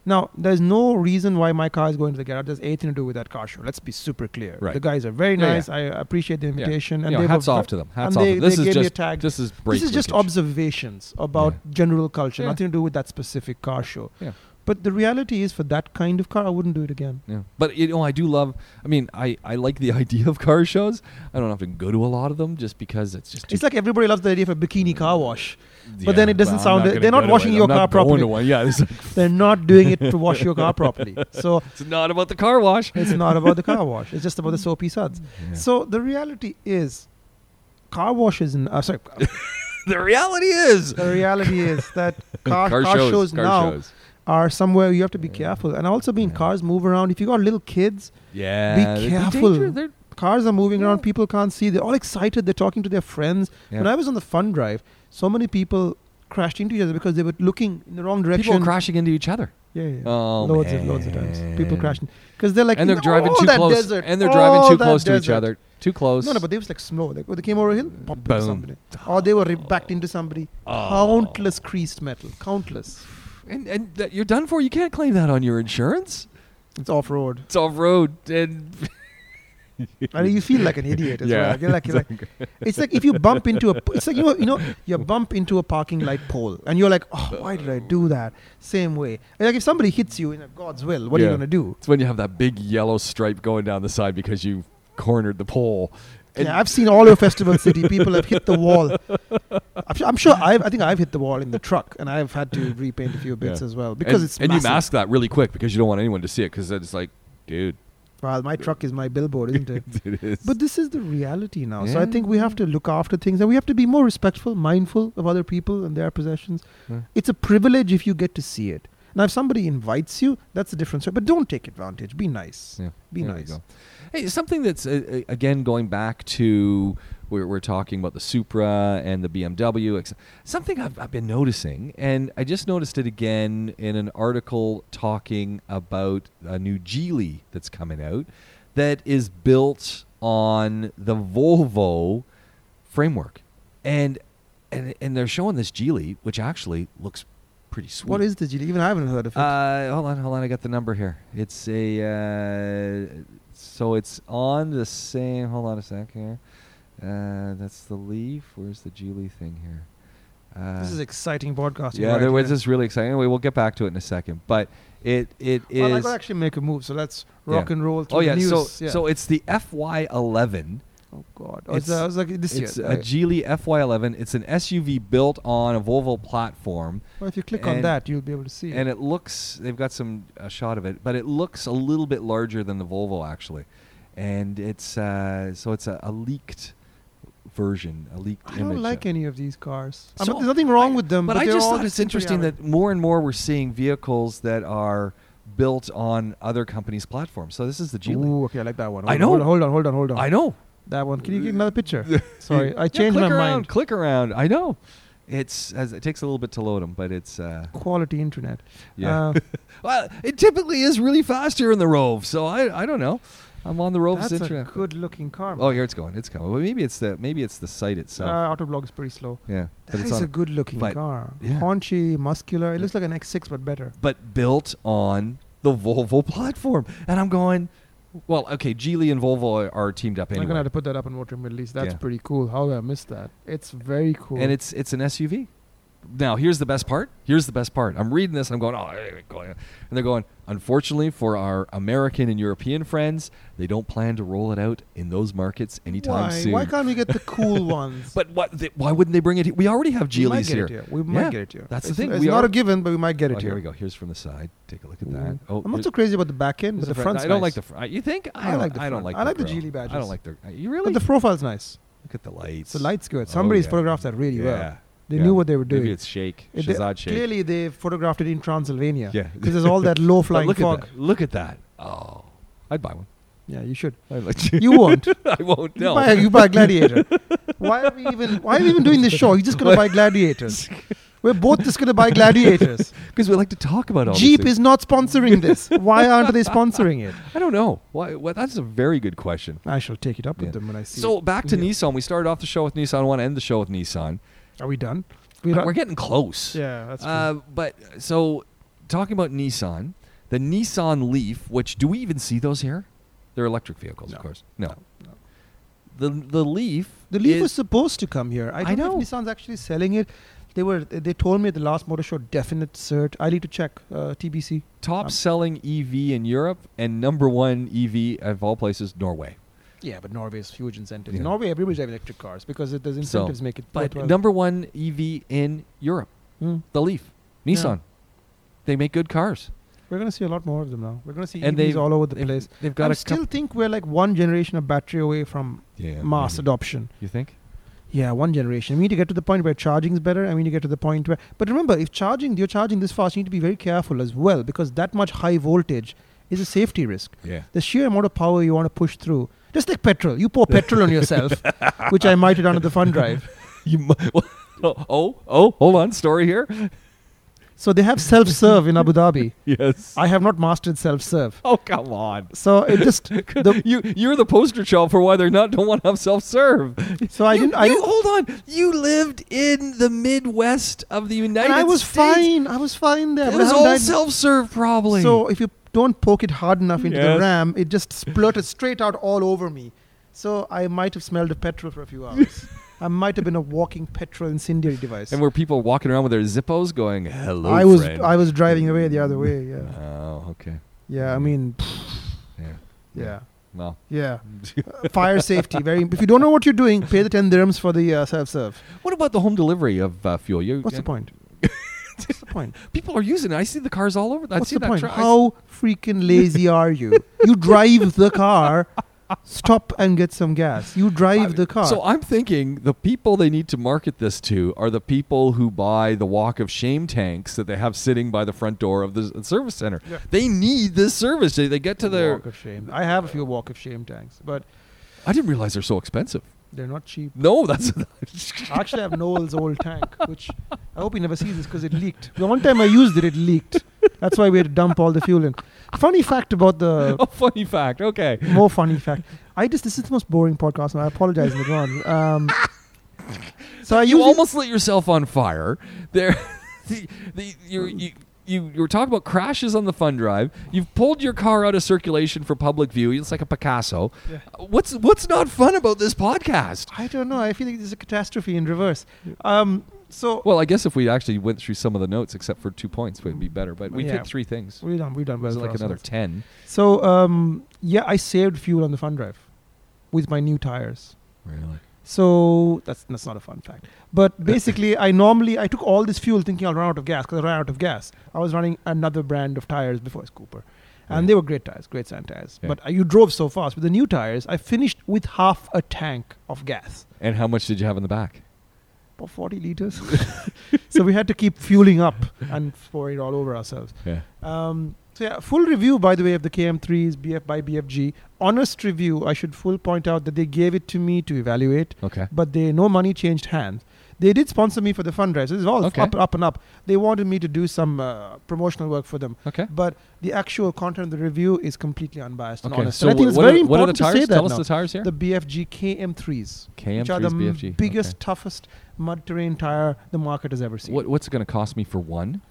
Speaker 2: Now, there's no reason why my car is going to the garage. There's anything to do with that car show. Let's be super clear.
Speaker 1: Right.
Speaker 2: The guys are very
Speaker 1: Yeah, yeah.
Speaker 2: nice. I appreciate the invitation. And
Speaker 1: you know,
Speaker 2: they
Speaker 1: hats
Speaker 2: were
Speaker 1: off to them. Hats
Speaker 2: and
Speaker 1: off.
Speaker 2: they-
Speaker 1: to them. This
Speaker 2: they
Speaker 1: is
Speaker 2: gave me a
Speaker 1: just
Speaker 2: tag.
Speaker 1: this is break
Speaker 2: this is just
Speaker 1: leakage.
Speaker 2: observations about general culture,
Speaker 1: Yeah.
Speaker 2: nothing to do with that specific car show.
Speaker 1: Yeah.
Speaker 2: But the reality is, for that kind of car, I wouldn't do it again.
Speaker 1: Yeah. But you know, I do love. I mean, I, I like the idea of car shows. I don't have to go to a lot of them just because it's just.
Speaker 2: It's like everybody loves the idea of a bikini car wash.
Speaker 1: Mm.
Speaker 2: but then it doesn't sound- they're not washing your car properly.
Speaker 1: Yeah, this-
Speaker 2: They're not doing it to wash your car properly. So
Speaker 1: it's not about the car wash.
Speaker 2: it's not about the car wash. It's just about the soapy suds.
Speaker 1: Mm, Yeah.
Speaker 2: So the reality is, car washes. N- uh, sorry,
Speaker 1: the reality is
Speaker 2: the reality is that car, car, shows,
Speaker 1: car
Speaker 2: now
Speaker 1: shows.
Speaker 2: are somewhere you have to be careful. And also, being
Speaker 1: Yeah.
Speaker 2: cars move around. If you got little kids,
Speaker 1: Yeah, they'd
Speaker 2: careful.
Speaker 1: danger- they're-
Speaker 2: cars are moving around
Speaker 1: Yeah.
Speaker 2: people can't see they're all excited they're talking to their friends
Speaker 1: Yeah.
Speaker 2: when i was on the fun drive so many people crashed into each other because they were looking in the wrong direction
Speaker 1: people are crashing into each other.
Speaker 2: yeah, yeah.
Speaker 1: Oh,
Speaker 2: loads of loads of times people
Speaker 1: man.
Speaker 2: crashing because they're like
Speaker 1: and they're
Speaker 2: "No,
Speaker 1: driving
Speaker 2: all
Speaker 1: too
Speaker 2: that
Speaker 1: close.
Speaker 2: desert,
Speaker 1: and they're driving
Speaker 2: all
Speaker 1: too
Speaker 2: that
Speaker 1: close to each
Speaker 2: desert."
Speaker 1: other. Too close.
Speaker 2: no no but they was like slow like when they came over a hill bumped
Speaker 1: Boom.
Speaker 2: into somebody or they were re- backed into somebody
Speaker 1: Oh.
Speaker 2: countless creased metal countless
Speaker 1: and and that you're done for. You can't claim that on your insurance.
Speaker 2: it's off-road
Speaker 1: It's off road and
Speaker 2: I mean, you feel like an idiot as
Speaker 1: Yeah.
Speaker 2: well. You're like, you're like, it's like if you bump into a, it's like you know, you know, you bump into a parking light pole, and you're like, oh, why did I do that? Same way, And like if somebody hits you in a God's will, what are
Speaker 1: Yeah.
Speaker 2: you gonna do?
Speaker 1: it's when you have that big yellow stripe going down the side because you cornered the pole. And
Speaker 2: yeah, I've seen all over Festival City. People have hit the wall. I'm, su- I'm sure I've, I think I've hit the wall in the truck, and I've had to repaint a few bits
Speaker 1: Yeah.
Speaker 2: as well because
Speaker 1: and,
Speaker 2: it's
Speaker 1: and you
Speaker 2: massive.
Speaker 1: mask that really quick because you don't want anyone to see it because it's like, dude,
Speaker 2: Well, my truck is my billboard, isn't it?
Speaker 1: it is.
Speaker 2: But this is the reality now. So I
Speaker 1: Yeah.
Speaker 2: think we have to look after things and we have to be more respectful, mindful of other people and their possessions.
Speaker 1: Yeah.
Speaker 2: It's a privilege if you get to see it. Now, if somebody invites you, that's a different story. But don't take advantage. Be nice.
Speaker 1: Yeah.
Speaker 2: Be
Speaker 1: There we
Speaker 2: nice.
Speaker 1: go. Hey, something that's uh, uh, again going back to we're, we're talking about the Supra and the BMW. ex- Something I've, I've been noticing, and I just noticed it again in an article talking about a new Geely that's coming out that is built on the Volvo framework, and and and they're showing this Geely, which actually looks pretty sweet.
Speaker 2: What is the Geely? Even I haven't heard of it.
Speaker 1: Uh, hold on, hold on. I got the number here. It's a uh, so it's on the same. Hold on a sec here. Uh, that's the leaf. Where's the Geely thing here? Uh,
Speaker 2: this is exciting podcasting.
Speaker 1: yeah,
Speaker 2: right
Speaker 1: there was
Speaker 2: here.
Speaker 1: this really exciting. Anyway, we'll get back to it in a second, but it it is.
Speaker 2: Well, I could actually make a move, so let's rock
Speaker 1: Yeah.
Speaker 2: and roll. Through
Speaker 1: oh yeah,
Speaker 2: the news.
Speaker 1: so so it's the FY11.
Speaker 2: oh god, oh, it's, uh,
Speaker 1: it's-
Speaker 2: I was like this
Speaker 1: It's
Speaker 2: year.
Speaker 1: a Geely FY11. It's an SUV built on a Volvo platform,
Speaker 2: well, if you click on
Speaker 1: and-
Speaker 2: that, you'll be able to see. it.
Speaker 1: and it looks. They've got some a shot of it, but it looks a little bit larger than the Volvo actually, and it's uh, so it's a, a leaked version, a leaked
Speaker 2: I
Speaker 1: image.
Speaker 2: don't like
Speaker 1: of-
Speaker 2: any of these cars. I
Speaker 1: So-
Speaker 2: mean, there's nothing wrong
Speaker 1: I-
Speaker 2: with them,
Speaker 1: But,
Speaker 2: but,
Speaker 1: I
Speaker 2: they're
Speaker 1: just
Speaker 2: all
Speaker 1: thought it's
Speaker 2: super
Speaker 1: interesting
Speaker 2: yummy.
Speaker 1: that more and more we're seeing vehicles that are built on other companies' platforms. So this is the Geely.
Speaker 2: Ooh, okay, I like that one.
Speaker 1: I
Speaker 2: Hold on,
Speaker 1: know.
Speaker 2: Hold on, hold on, hold on.
Speaker 1: I know.
Speaker 2: that one. Can you get another picture? Sorry, I changed
Speaker 1: yeah,
Speaker 2: my
Speaker 1: click around,
Speaker 2: mind.
Speaker 1: Click around. I know. It's as it takes a little bit to load them, but it's uh,
Speaker 2: Quality internet.
Speaker 1: yeah.
Speaker 2: Uh,
Speaker 1: well, it typically is really fast here in the Rove, so I I don't know. I'm on the Rove's
Speaker 2: that's a
Speaker 1: internet.
Speaker 2: good-looking car.
Speaker 1: oh, here it's going. It's coming. Well, maybe it's the maybe it's the site
Speaker 2: uh,
Speaker 1: itself.
Speaker 2: Autoblog is pretty slow.
Speaker 1: yeah, but
Speaker 2: That
Speaker 1: it's
Speaker 2: is
Speaker 1: on
Speaker 2: a good-looking
Speaker 1: but-
Speaker 2: car.
Speaker 1: yeah.
Speaker 2: Haunchy, muscular. It
Speaker 1: Yeah.
Speaker 2: looks like an X6 but better.
Speaker 1: but built on the Volvo platform. And I'm going, well, okay, Geely and Volvo are, are teamed up
Speaker 2: I'm gonna
Speaker 1: anyway.
Speaker 2: have to put that up on Water Middle East. That's
Speaker 1: Yeah.
Speaker 2: pretty cool. How did I miss that? It's very cool.
Speaker 1: And it's it's an SUV. Now, here's the best part. Here's the best part. I'm reading this and I'm going, oh, eh, going- and they're going, unfortunately for our American and European friends, they don't plan to roll it out in those markets anytime
Speaker 2: why?
Speaker 1: soon.
Speaker 2: Why can't we get the cool ones?
Speaker 1: but what, they, why wouldn't they bring it here? We already have
Speaker 2: we might
Speaker 1: Geelys
Speaker 2: get
Speaker 1: here.
Speaker 2: it here. We might
Speaker 1: Yeah,
Speaker 2: get it here.
Speaker 1: that's the
Speaker 2: it's,
Speaker 1: thing,
Speaker 2: It's
Speaker 1: we
Speaker 2: not
Speaker 1: are-
Speaker 2: a given, but we might get it
Speaker 1: Oh,
Speaker 2: here.
Speaker 1: here we go. Here's from the side. Take a look at that.
Speaker 2: Ooh.
Speaker 1: Oh,
Speaker 2: I'm not
Speaker 1: here-
Speaker 2: so crazy about the back end,
Speaker 1: here's
Speaker 2: but the,
Speaker 1: front.
Speaker 2: front's
Speaker 1: I don't
Speaker 2: nice.
Speaker 1: like the front. You think? I,
Speaker 2: I
Speaker 1: don't
Speaker 2: like the
Speaker 1: I don't
Speaker 2: front.
Speaker 1: like.
Speaker 2: I like the
Speaker 1: grill.
Speaker 2: Geely badges.
Speaker 1: I don't like their. You really?
Speaker 2: But the profile's nice.
Speaker 1: Look at the lights.
Speaker 2: So lights good.
Speaker 1: Oh,
Speaker 2: Somebody's
Speaker 1: yeah.
Speaker 2: photographed that really well.
Speaker 1: Yeah.
Speaker 2: They
Speaker 1: Yeah.
Speaker 2: knew what they were doing.
Speaker 1: Maybe it's shake.
Speaker 2: It- they-
Speaker 1: Shazad shake.
Speaker 2: Clearly, they photographed it in Transylvania.
Speaker 1: Yeah.
Speaker 2: Because there's all that low
Speaker 1: But
Speaker 2: flying
Speaker 1: look
Speaker 2: fog.
Speaker 1: at that. Look at that. Oh, I'd buy one.
Speaker 2: Yeah, you should.
Speaker 1: I'd like
Speaker 2: You won't.
Speaker 1: I won't.
Speaker 2: You
Speaker 1: No.
Speaker 2: buy, you buy Gladiator. why are we even? Why are we even doing this show? You're just gonna buy Gladiators. We're both just gonna buy Gladiators.
Speaker 1: Because we like to talk about all these
Speaker 2: Jeep
Speaker 1: things.
Speaker 2: is not sponsoring this. Why aren't they sponsoring it?
Speaker 1: I don't know. Why? Well, that's a very good question.
Speaker 2: I shall take it up with
Speaker 1: Yeah.
Speaker 2: them when I see.
Speaker 1: So
Speaker 2: it.
Speaker 1: back to
Speaker 2: Yeah.
Speaker 1: Nissan. We started off the show with Nissan. I want to end the show with Nissan.
Speaker 2: Are we done? We
Speaker 1: Uh, We're
Speaker 2: done?
Speaker 1: getting close.
Speaker 2: Yeah, that's cool.
Speaker 1: Uh, but so talking about Nissan, the Nissan Leaf, which do we even see those here? They're electric vehicles,
Speaker 2: No.
Speaker 1: of course. No.
Speaker 2: No.
Speaker 1: The the Leaf.
Speaker 2: The Leaf
Speaker 1: is-
Speaker 2: was supposed to come here. I
Speaker 1: I
Speaker 2: don't know.
Speaker 1: know.
Speaker 2: if Nissan's actually selling it. They were. They told me at the last motor show, definite cert. I need to check. Uh, TBC.
Speaker 1: top
Speaker 2: Um,
Speaker 1: selling EV in Europe and number one EV of all places, Norway.
Speaker 2: Yeah, but Norway's huge incentives.
Speaker 1: Yeah.
Speaker 2: Norway, everybody's driving electric cars because it, those incentives make it.
Speaker 1: But
Speaker 2: worthwhile.
Speaker 1: number one EV in Europe,
Speaker 2: Hmm.
Speaker 1: the Leaf,
Speaker 2: Yeah.
Speaker 1: Nissan. They make good cars.
Speaker 2: We're gonna see a lot more of them now. We're gonna see
Speaker 1: And
Speaker 2: EVs
Speaker 1: they've-
Speaker 2: all over the
Speaker 1: They've,
Speaker 2: place.
Speaker 1: they've got
Speaker 2: I
Speaker 1: a
Speaker 2: still
Speaker 1: couple-
Speaker 2: think we're like one generation of battery away from
Speaker 1: yeah,
Speaker 2: mass
Speaker 1: maybe.
Speaker 2: adoption.
Speaker 1: You think?
Speaker 2: Yeah, one generation. We need to get to the point where charging is better, and we need to get to the point where. But remember, if charging, you're charging this fast, you need to be very careful as well because that much high voltage is a safety risk.
Speaker 1: Yeah.
Speaker 2: the sheer amount of power you want to push through. Just like petrol, you pour petrol on yourself, which I might have done at the fun drive.
Speaker 1: You. mu- Oh, oh, hold on. Story here.
Speaker 2: So they have self serve in Abu Dhabi.
Speaker 1: Yes.
Speaker 2: I have not mastered self serve.
Speaker 1: oh, come on.
Speaker 2: So it just the,
Speaker 1: you you're the poster child for why they're not don't want to have self serve.
Speaker 2: so I
Speaker 1: you,
Speaker 2: didn't I
Speaker 1: you-
Speaker 2: didn't,
Speaker 1: hold on. You lived in the Midwest of the United
Speaker 2: and
Speaker 1: States.
Speaker 2: I was fine. I was fine there.
Speaker 1: It
Speaker 2: but I
Speaker 1: was
Speaker 2: haven't
Speaker 1: all
Speaker 2: died-
Speaker 1: self serve, probably.
Speaker 2: so if you don't poke it hard enough into the
Speaker 1: Yes.
Speaker 2: ram, it just splurted straight out all over me. So I might have smelled of petrol for a few hours. I might have been a walking petrol incendiary device.
Speaker 1: and were people walking around with their zippos going, "Hello,
Speaker 2: I was
Speaker 1: friend."
Speaker 2: I was driving away the other way. Yeah,
Speaker 1: oh, okay.
Speaker 2: yeah. I mean,
Speaker 1: Yeah.
Speaker 2: yeah.
Speaker 1: Well,
Speaker 2: Yeah. Uh, Fire safety. Very. If you don't know what you're doing, pay the ten dirhams for the uh, self-serve.
Speaker 1: what about the home delivery of uh, fuel? You,
Speaker 2: What's the
Speaker 1: and
Speaker 2: point? What's the point?
Speaker 1: People are using it. I see the cars all over. I
Speaker 2: What's
Speaker 1: see
Speaker 2: the
Speaker 1: that
Speaker 2: point?
Speaker 1: truck.
Speaker 2: How freaking lazy are you? You drive the car. Stop and get some gas. You drive the car.
Speaker 1: So I'm thinking the people they need to market this to are the people who buy the walk of shame tanks that they have sitting by the front door of the s- service center.
Speaker 2: Yeah.
Speaker 1: They need this service. They, they get to their.
Speaker 2: walk of shame. I have a few walk of shame tanks, but
Speaker 1: I didn't realize they're so expensive.
Speaker 2: they're not cheap.
Speaker 1: No, that's
Speaker 2: I actually have Noel's old tank, which I hope he never sees this because it leaked. The one time I used it, it leaked. That's why we had to dump all the fuel in. Funny fact about the
Speaker 1: a funny fact. Okay.
Speaker 2: more funny fact. I just this is the most boring podcast, and I apologize in advance. Um, so I
Speaker 1: you
Speaker 2: usually-
Speaker 1: almost lit yourself on fire. There, the, the, you
Speaker 2: Mm.
Speaker 1: you. You, you were talking about crashes on the fun drive. You've pulled your car out of circulation for public view. It's like a Picasso.
Speaker 2: Yeah.
Speaker 1: What's what's not fun about this podcast?
Speaker 2: I don't know. I feel like there's a catastrophe in reverse. Um, So
Speaker 1: Well, I guess if we actually went through some of the notes, except for two points, would be better. But we
Speaker 2: Mm. Yeah.
Speaker 1: picked three things.
Speaker 2: we've done we've done well.
Speaker 1: It's
Speaker 2: for
Speaker 1: like another
Speaker 2: ourselves.
Speaker 1: ten.
Speaker 2: So um, yeah, I saved fuel on the fun drive with my new tires.
Speaker 1: Really?
Speaker 2: So that's that's not a fun fact. But basically, I normally I took all this fuel thinking I'll run out of gas because I ran out of gas. I was running another brand of tires before it's Cooper, and
Speaker 1: Right.
Speaker 2: they were great tires, great sand tires.
Speaker 1: Yeah.
Speaker 2: But uh, you drove so fast with the new tires. I finished with half a tank of gas,
Speaker 1: And how much did you have in the back?
Speaker 2: about forty liters. so we had to keep fueling up and pour it all over ourselves.
Speaker 1: Yeah.
Speaker 2: Um, so yeah, full review by the way of the KM3s BF by BFG. Honest review. I should full point out that they gave it to me to evaluate,
Speaker 1: Okay.
Speaker 2: but they no money changed hands. They did sponsor me for the fundraiser. This is all
Speaker 1: Okay.
Speaker 2: up, up and up. They wanted me to do some uh, promotional work for them,
Speaker 1: Okay.
Speaker 2: but the actual content of the review is completely unbiased and
Speaker 1: Okay.
Speaker 2: honest.
Speaker 1: So
Speaker 2: and I think it's
Speaker 1: what,
Speaker 2: very
Speaker 1: are, what are the
Speaker 2: important
Speaker 1: tires?
Speaker 2: to say that
Speaker 1: Tell us
Speaker 2: now.
Speaker 1: the tires here.
Speaker 2: the BFG KM3s,
Speaker 1: KM3's
Speaker 2: which are the
Speaker 1: BFG.
Speaker 2: biggest,
Speaker 1: Okay.
Speaker 2: toughest mud terrain tire the market has ever seen.
Speaker 1: What, what's it going to cost me for one?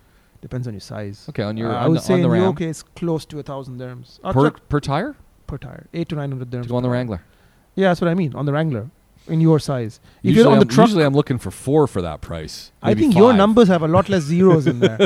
Speaker 2: Depends on your size.
Speaker 1: Okay, on your
Speaker 2: Uh,
Speaker 1: on,
Speaker 2: I would
Speaker 1: the,
Speaker 2: say
Speaker 1: on the
Speaker 2: in
Speaker 1: ram
Speaker 2: your case, close to a thousand dirhams.
Speaker 1: per
Speaker 2: Uh, sorry,
Speaker 1: per tire
Speaker 2: per tire, eight to nine hundred dirhams.
Speaker 1: to go on the
Speaker 2: per hour.
Speaker 1: Wrangler.
Speaker 2: Yeah, that's what I mean. On the Wrangler, in your size. If
Speaker 1: usually
Speaker 2: you're on the
Speaker 1: I'm,
Speaker 2: truck,
Speaker 1: usually I'm looking for four for that price.
Speaker 2: I
Speaker 1: maybe
Speaker 2: think your
Speaker 1: five.
Speaker 2: numbers have a lot less zeros in there.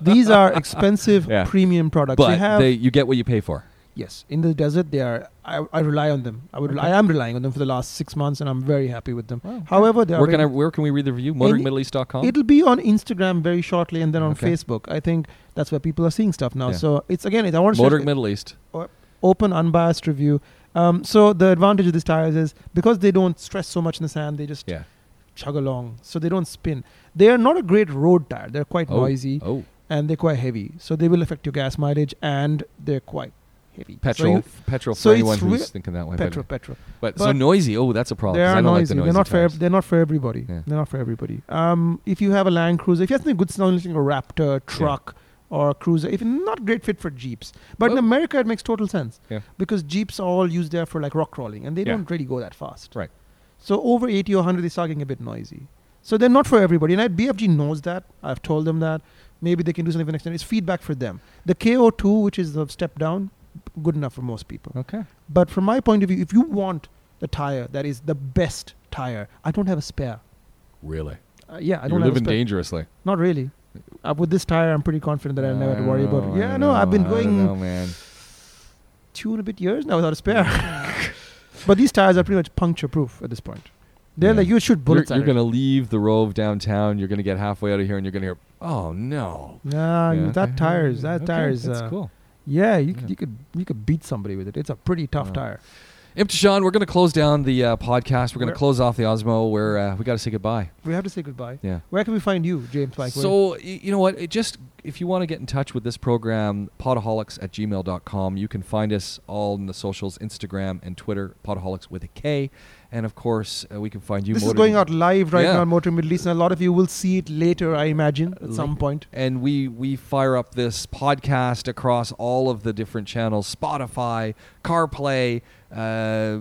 Speaker 2: These are expensive
Speaker 1: Yeah.
Speaker 2: premium products.
Speaker 1: But
Speaker 2: they have
Speaker 1: they, you get what you pay for.
Speaker 2: yes, in the desert they are. I, I rely on them. I would.
Speaker 1: Okay.
Speaker 2: I am relying on them for the last six months, and I'm very happy with them. However, they are
Speaker 1: where can I,
Speaker 2: very-
Speaker 1: where can we read the review?
Speaker 2: Any-
Speaker 1: MotoringMiddleEast.com.
Speaker 2: It'll be on Instagram very shortly, and then on
Speaker 1: Okay.
Speaker 2: Facebook. I think that's where people are seeing stuff now.
Speaker 1: Yeah.
Speaker 2: So it's again, it- I want to
Speaker 1: Motoring Middle East.
Speaker 2: open, unbiased review. Um, so the advantage of these tires is because they don't stress so much in the sand, they just
Speaker 1: Yeah.
Speaker 2: chug along, so they don't spin. They are not a great road tire. They're quite
Speaker 1: Oh.
Speaker 2: noisy
Speaker 1: Oh,
Speaker 2: and they're quite heavy, so they will affect your gas mileage and they're quite heavy. So
Speaker 1: petrol,
Speaker 2: you-
Speaker 1: petrol
Speaker 2: so
Speaker 1: for
Speaker 2: it's
Speaker 1: anyone who's
Speaker 2: re-
Speaker 1: thinking that way. but-
Speaker 2: petrol, petrol.
Speaker 1: but, so
Speaker 2: but
Speaker 1: noisy. Oh, that's a problem.
Speaker 2: They
Speaker 1: 'cause
Speaker 2: are
Speaker 1: I don't
Speaker 2: noisy.
Speaker 1: Like the
Speaker 2: they're
Speaker 1: noisy
Speaker 2: not
Speaker 1: tires.
Speaker 2: for. They're not for everybody.
Speaker 1: Yeah.
Speaker 2: They're not for everybody. Um, if you have a Land Cruiser, if you have something good sounding like a Raptor, truck, or a Cruiser, if not great fit for Jeeps, but in
Speaker 1: Well-
Speaker 2: America it makes total sense
Speaker 1: Yeah.
Speaker 2: because Jeeps are all used there for like rock crawling, and they
Speaker 1: Yeah.
Speaker 2: don't really go that fast.
Speaker 1: Right.
Speaker 2: So over eighty or hundred, they start getting a bit noisy. So they're not for everybody, and I- BFG knows that. I've told them that. Maybe they can do something for next time. It's feedback for them. The KO2, which is the step down, good enough for most people.
Speaker 1: Okay.
Speaker 2: But from my point of view, if you want the tire that is the best tire, I don't have a spare.
Speaker 1: Really.
Speaker 2: Uh, yeah, I
Speaker 1: You're
Speaker 2: don't have a
Speaker 1: living
Speaker 2: spare.
Speaker 1: dangerously.
Speaker 2: Not really. Uh, with this tire, I'm pretty confident that I'll never have to
Speaker 1: I
Speaker 2: worry about
Speaker 1: don't
Speaker 2: it.
Speaker 1: know,
Speaker 2: Yeah,
Speaker 1: I
Speaker 2: no,
Speaker 1: don't
Speaker 2: I've been
Speaker 1: know, I don't know,
Speaker 2: going
Speaker 1: man.
Speaker 2: two and a bit years now without a spare. but these tires are pretty much puncture proof at this point. They're
Speaker 1: Yeah.
Speaker 2: like you shoot
Speaker 1: You're,
Speaker 2: bullets.
Speaker 1: you're
Speaker 2: at it.
Speaker 1: gonna leave the Rove downtown. You're gonna get halfway out of here, and you're gonna hear, "Oh no."
Speaker 2: Nah,
Speaker 1: Yeah,
Speaker 2: you- Uh, that
Speaker 1: okay.
Speaker 2: tires. That
Speaker 1: Okay,
Speaker 2: tires.
Speaker 1: That's
Speaker 2: uh,
Speaker 1: cool.
Speaker 2: Yeah, you,
Speaker 1: Yeah.
Speaker 2: Could, you could you could beat somebody with it. It's a pretty tough
Speaker 1: Wow.
Speaker 2: tire.
Speaker 1: Imtishan, we're going to close down the uh, podcast. We're going
Speaker 2: Where-
Speaker 1: to close off the Osmo. We're uh, we got to say goodbye.
Speaker 2: We have to say goodbye.
Speaker 1: Yeah.
Speaker 2: Where can we find you, James Pike?
Speaker 1: So y- you know what? It just if you want to get in touch with this program, podaholics at gmail.com. You can find us all in the socials, Instagram and Twitter, podaholics with a K, and of course uh, we can find you.
Speaker 2: this is
Speaker 1: motoring-
Speaker 2: going out live right
Speaker 1: Yeah.
Speaker 2: now on Motor Middle East, and a lot of you will see it later, I imagine, at some
Speaker 1: Like-
Speaker 2: point.
Speaker 1: and we we fire up this podcast across all of the different channels: Spotify, CarPlay, uh,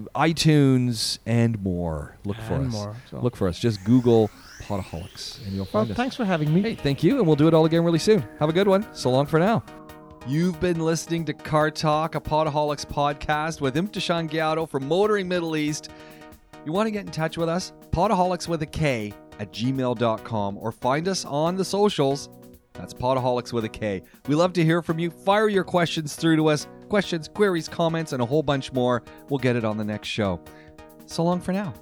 Speaker 1: iTunes, and more. Look for
Speaker 2: And
Speaker 1: us.
Speaker 2: more, so.
Speaker 1: Look for us. Just Google podaholics, and you'll
Speaker 2: Well,
Speaker 1: find us.
Speaker 2: thanks for having me.
Speaker 1: Hey, thank you, and we'll do it all again really soon. Have a good one. So long for now. You've been listening to Car Talk, a Podaholics podcast with Imtishan Gaudo from Motoring Middle East. You want to get in touch with us? Podaholics with a K at gmail.com or find us on the socials. That's Podaholics with a K. We love to hear from you. Fire your questions through to us questions, queries, comments, and a whole bunch more. We'll get it on the next show. So long for now.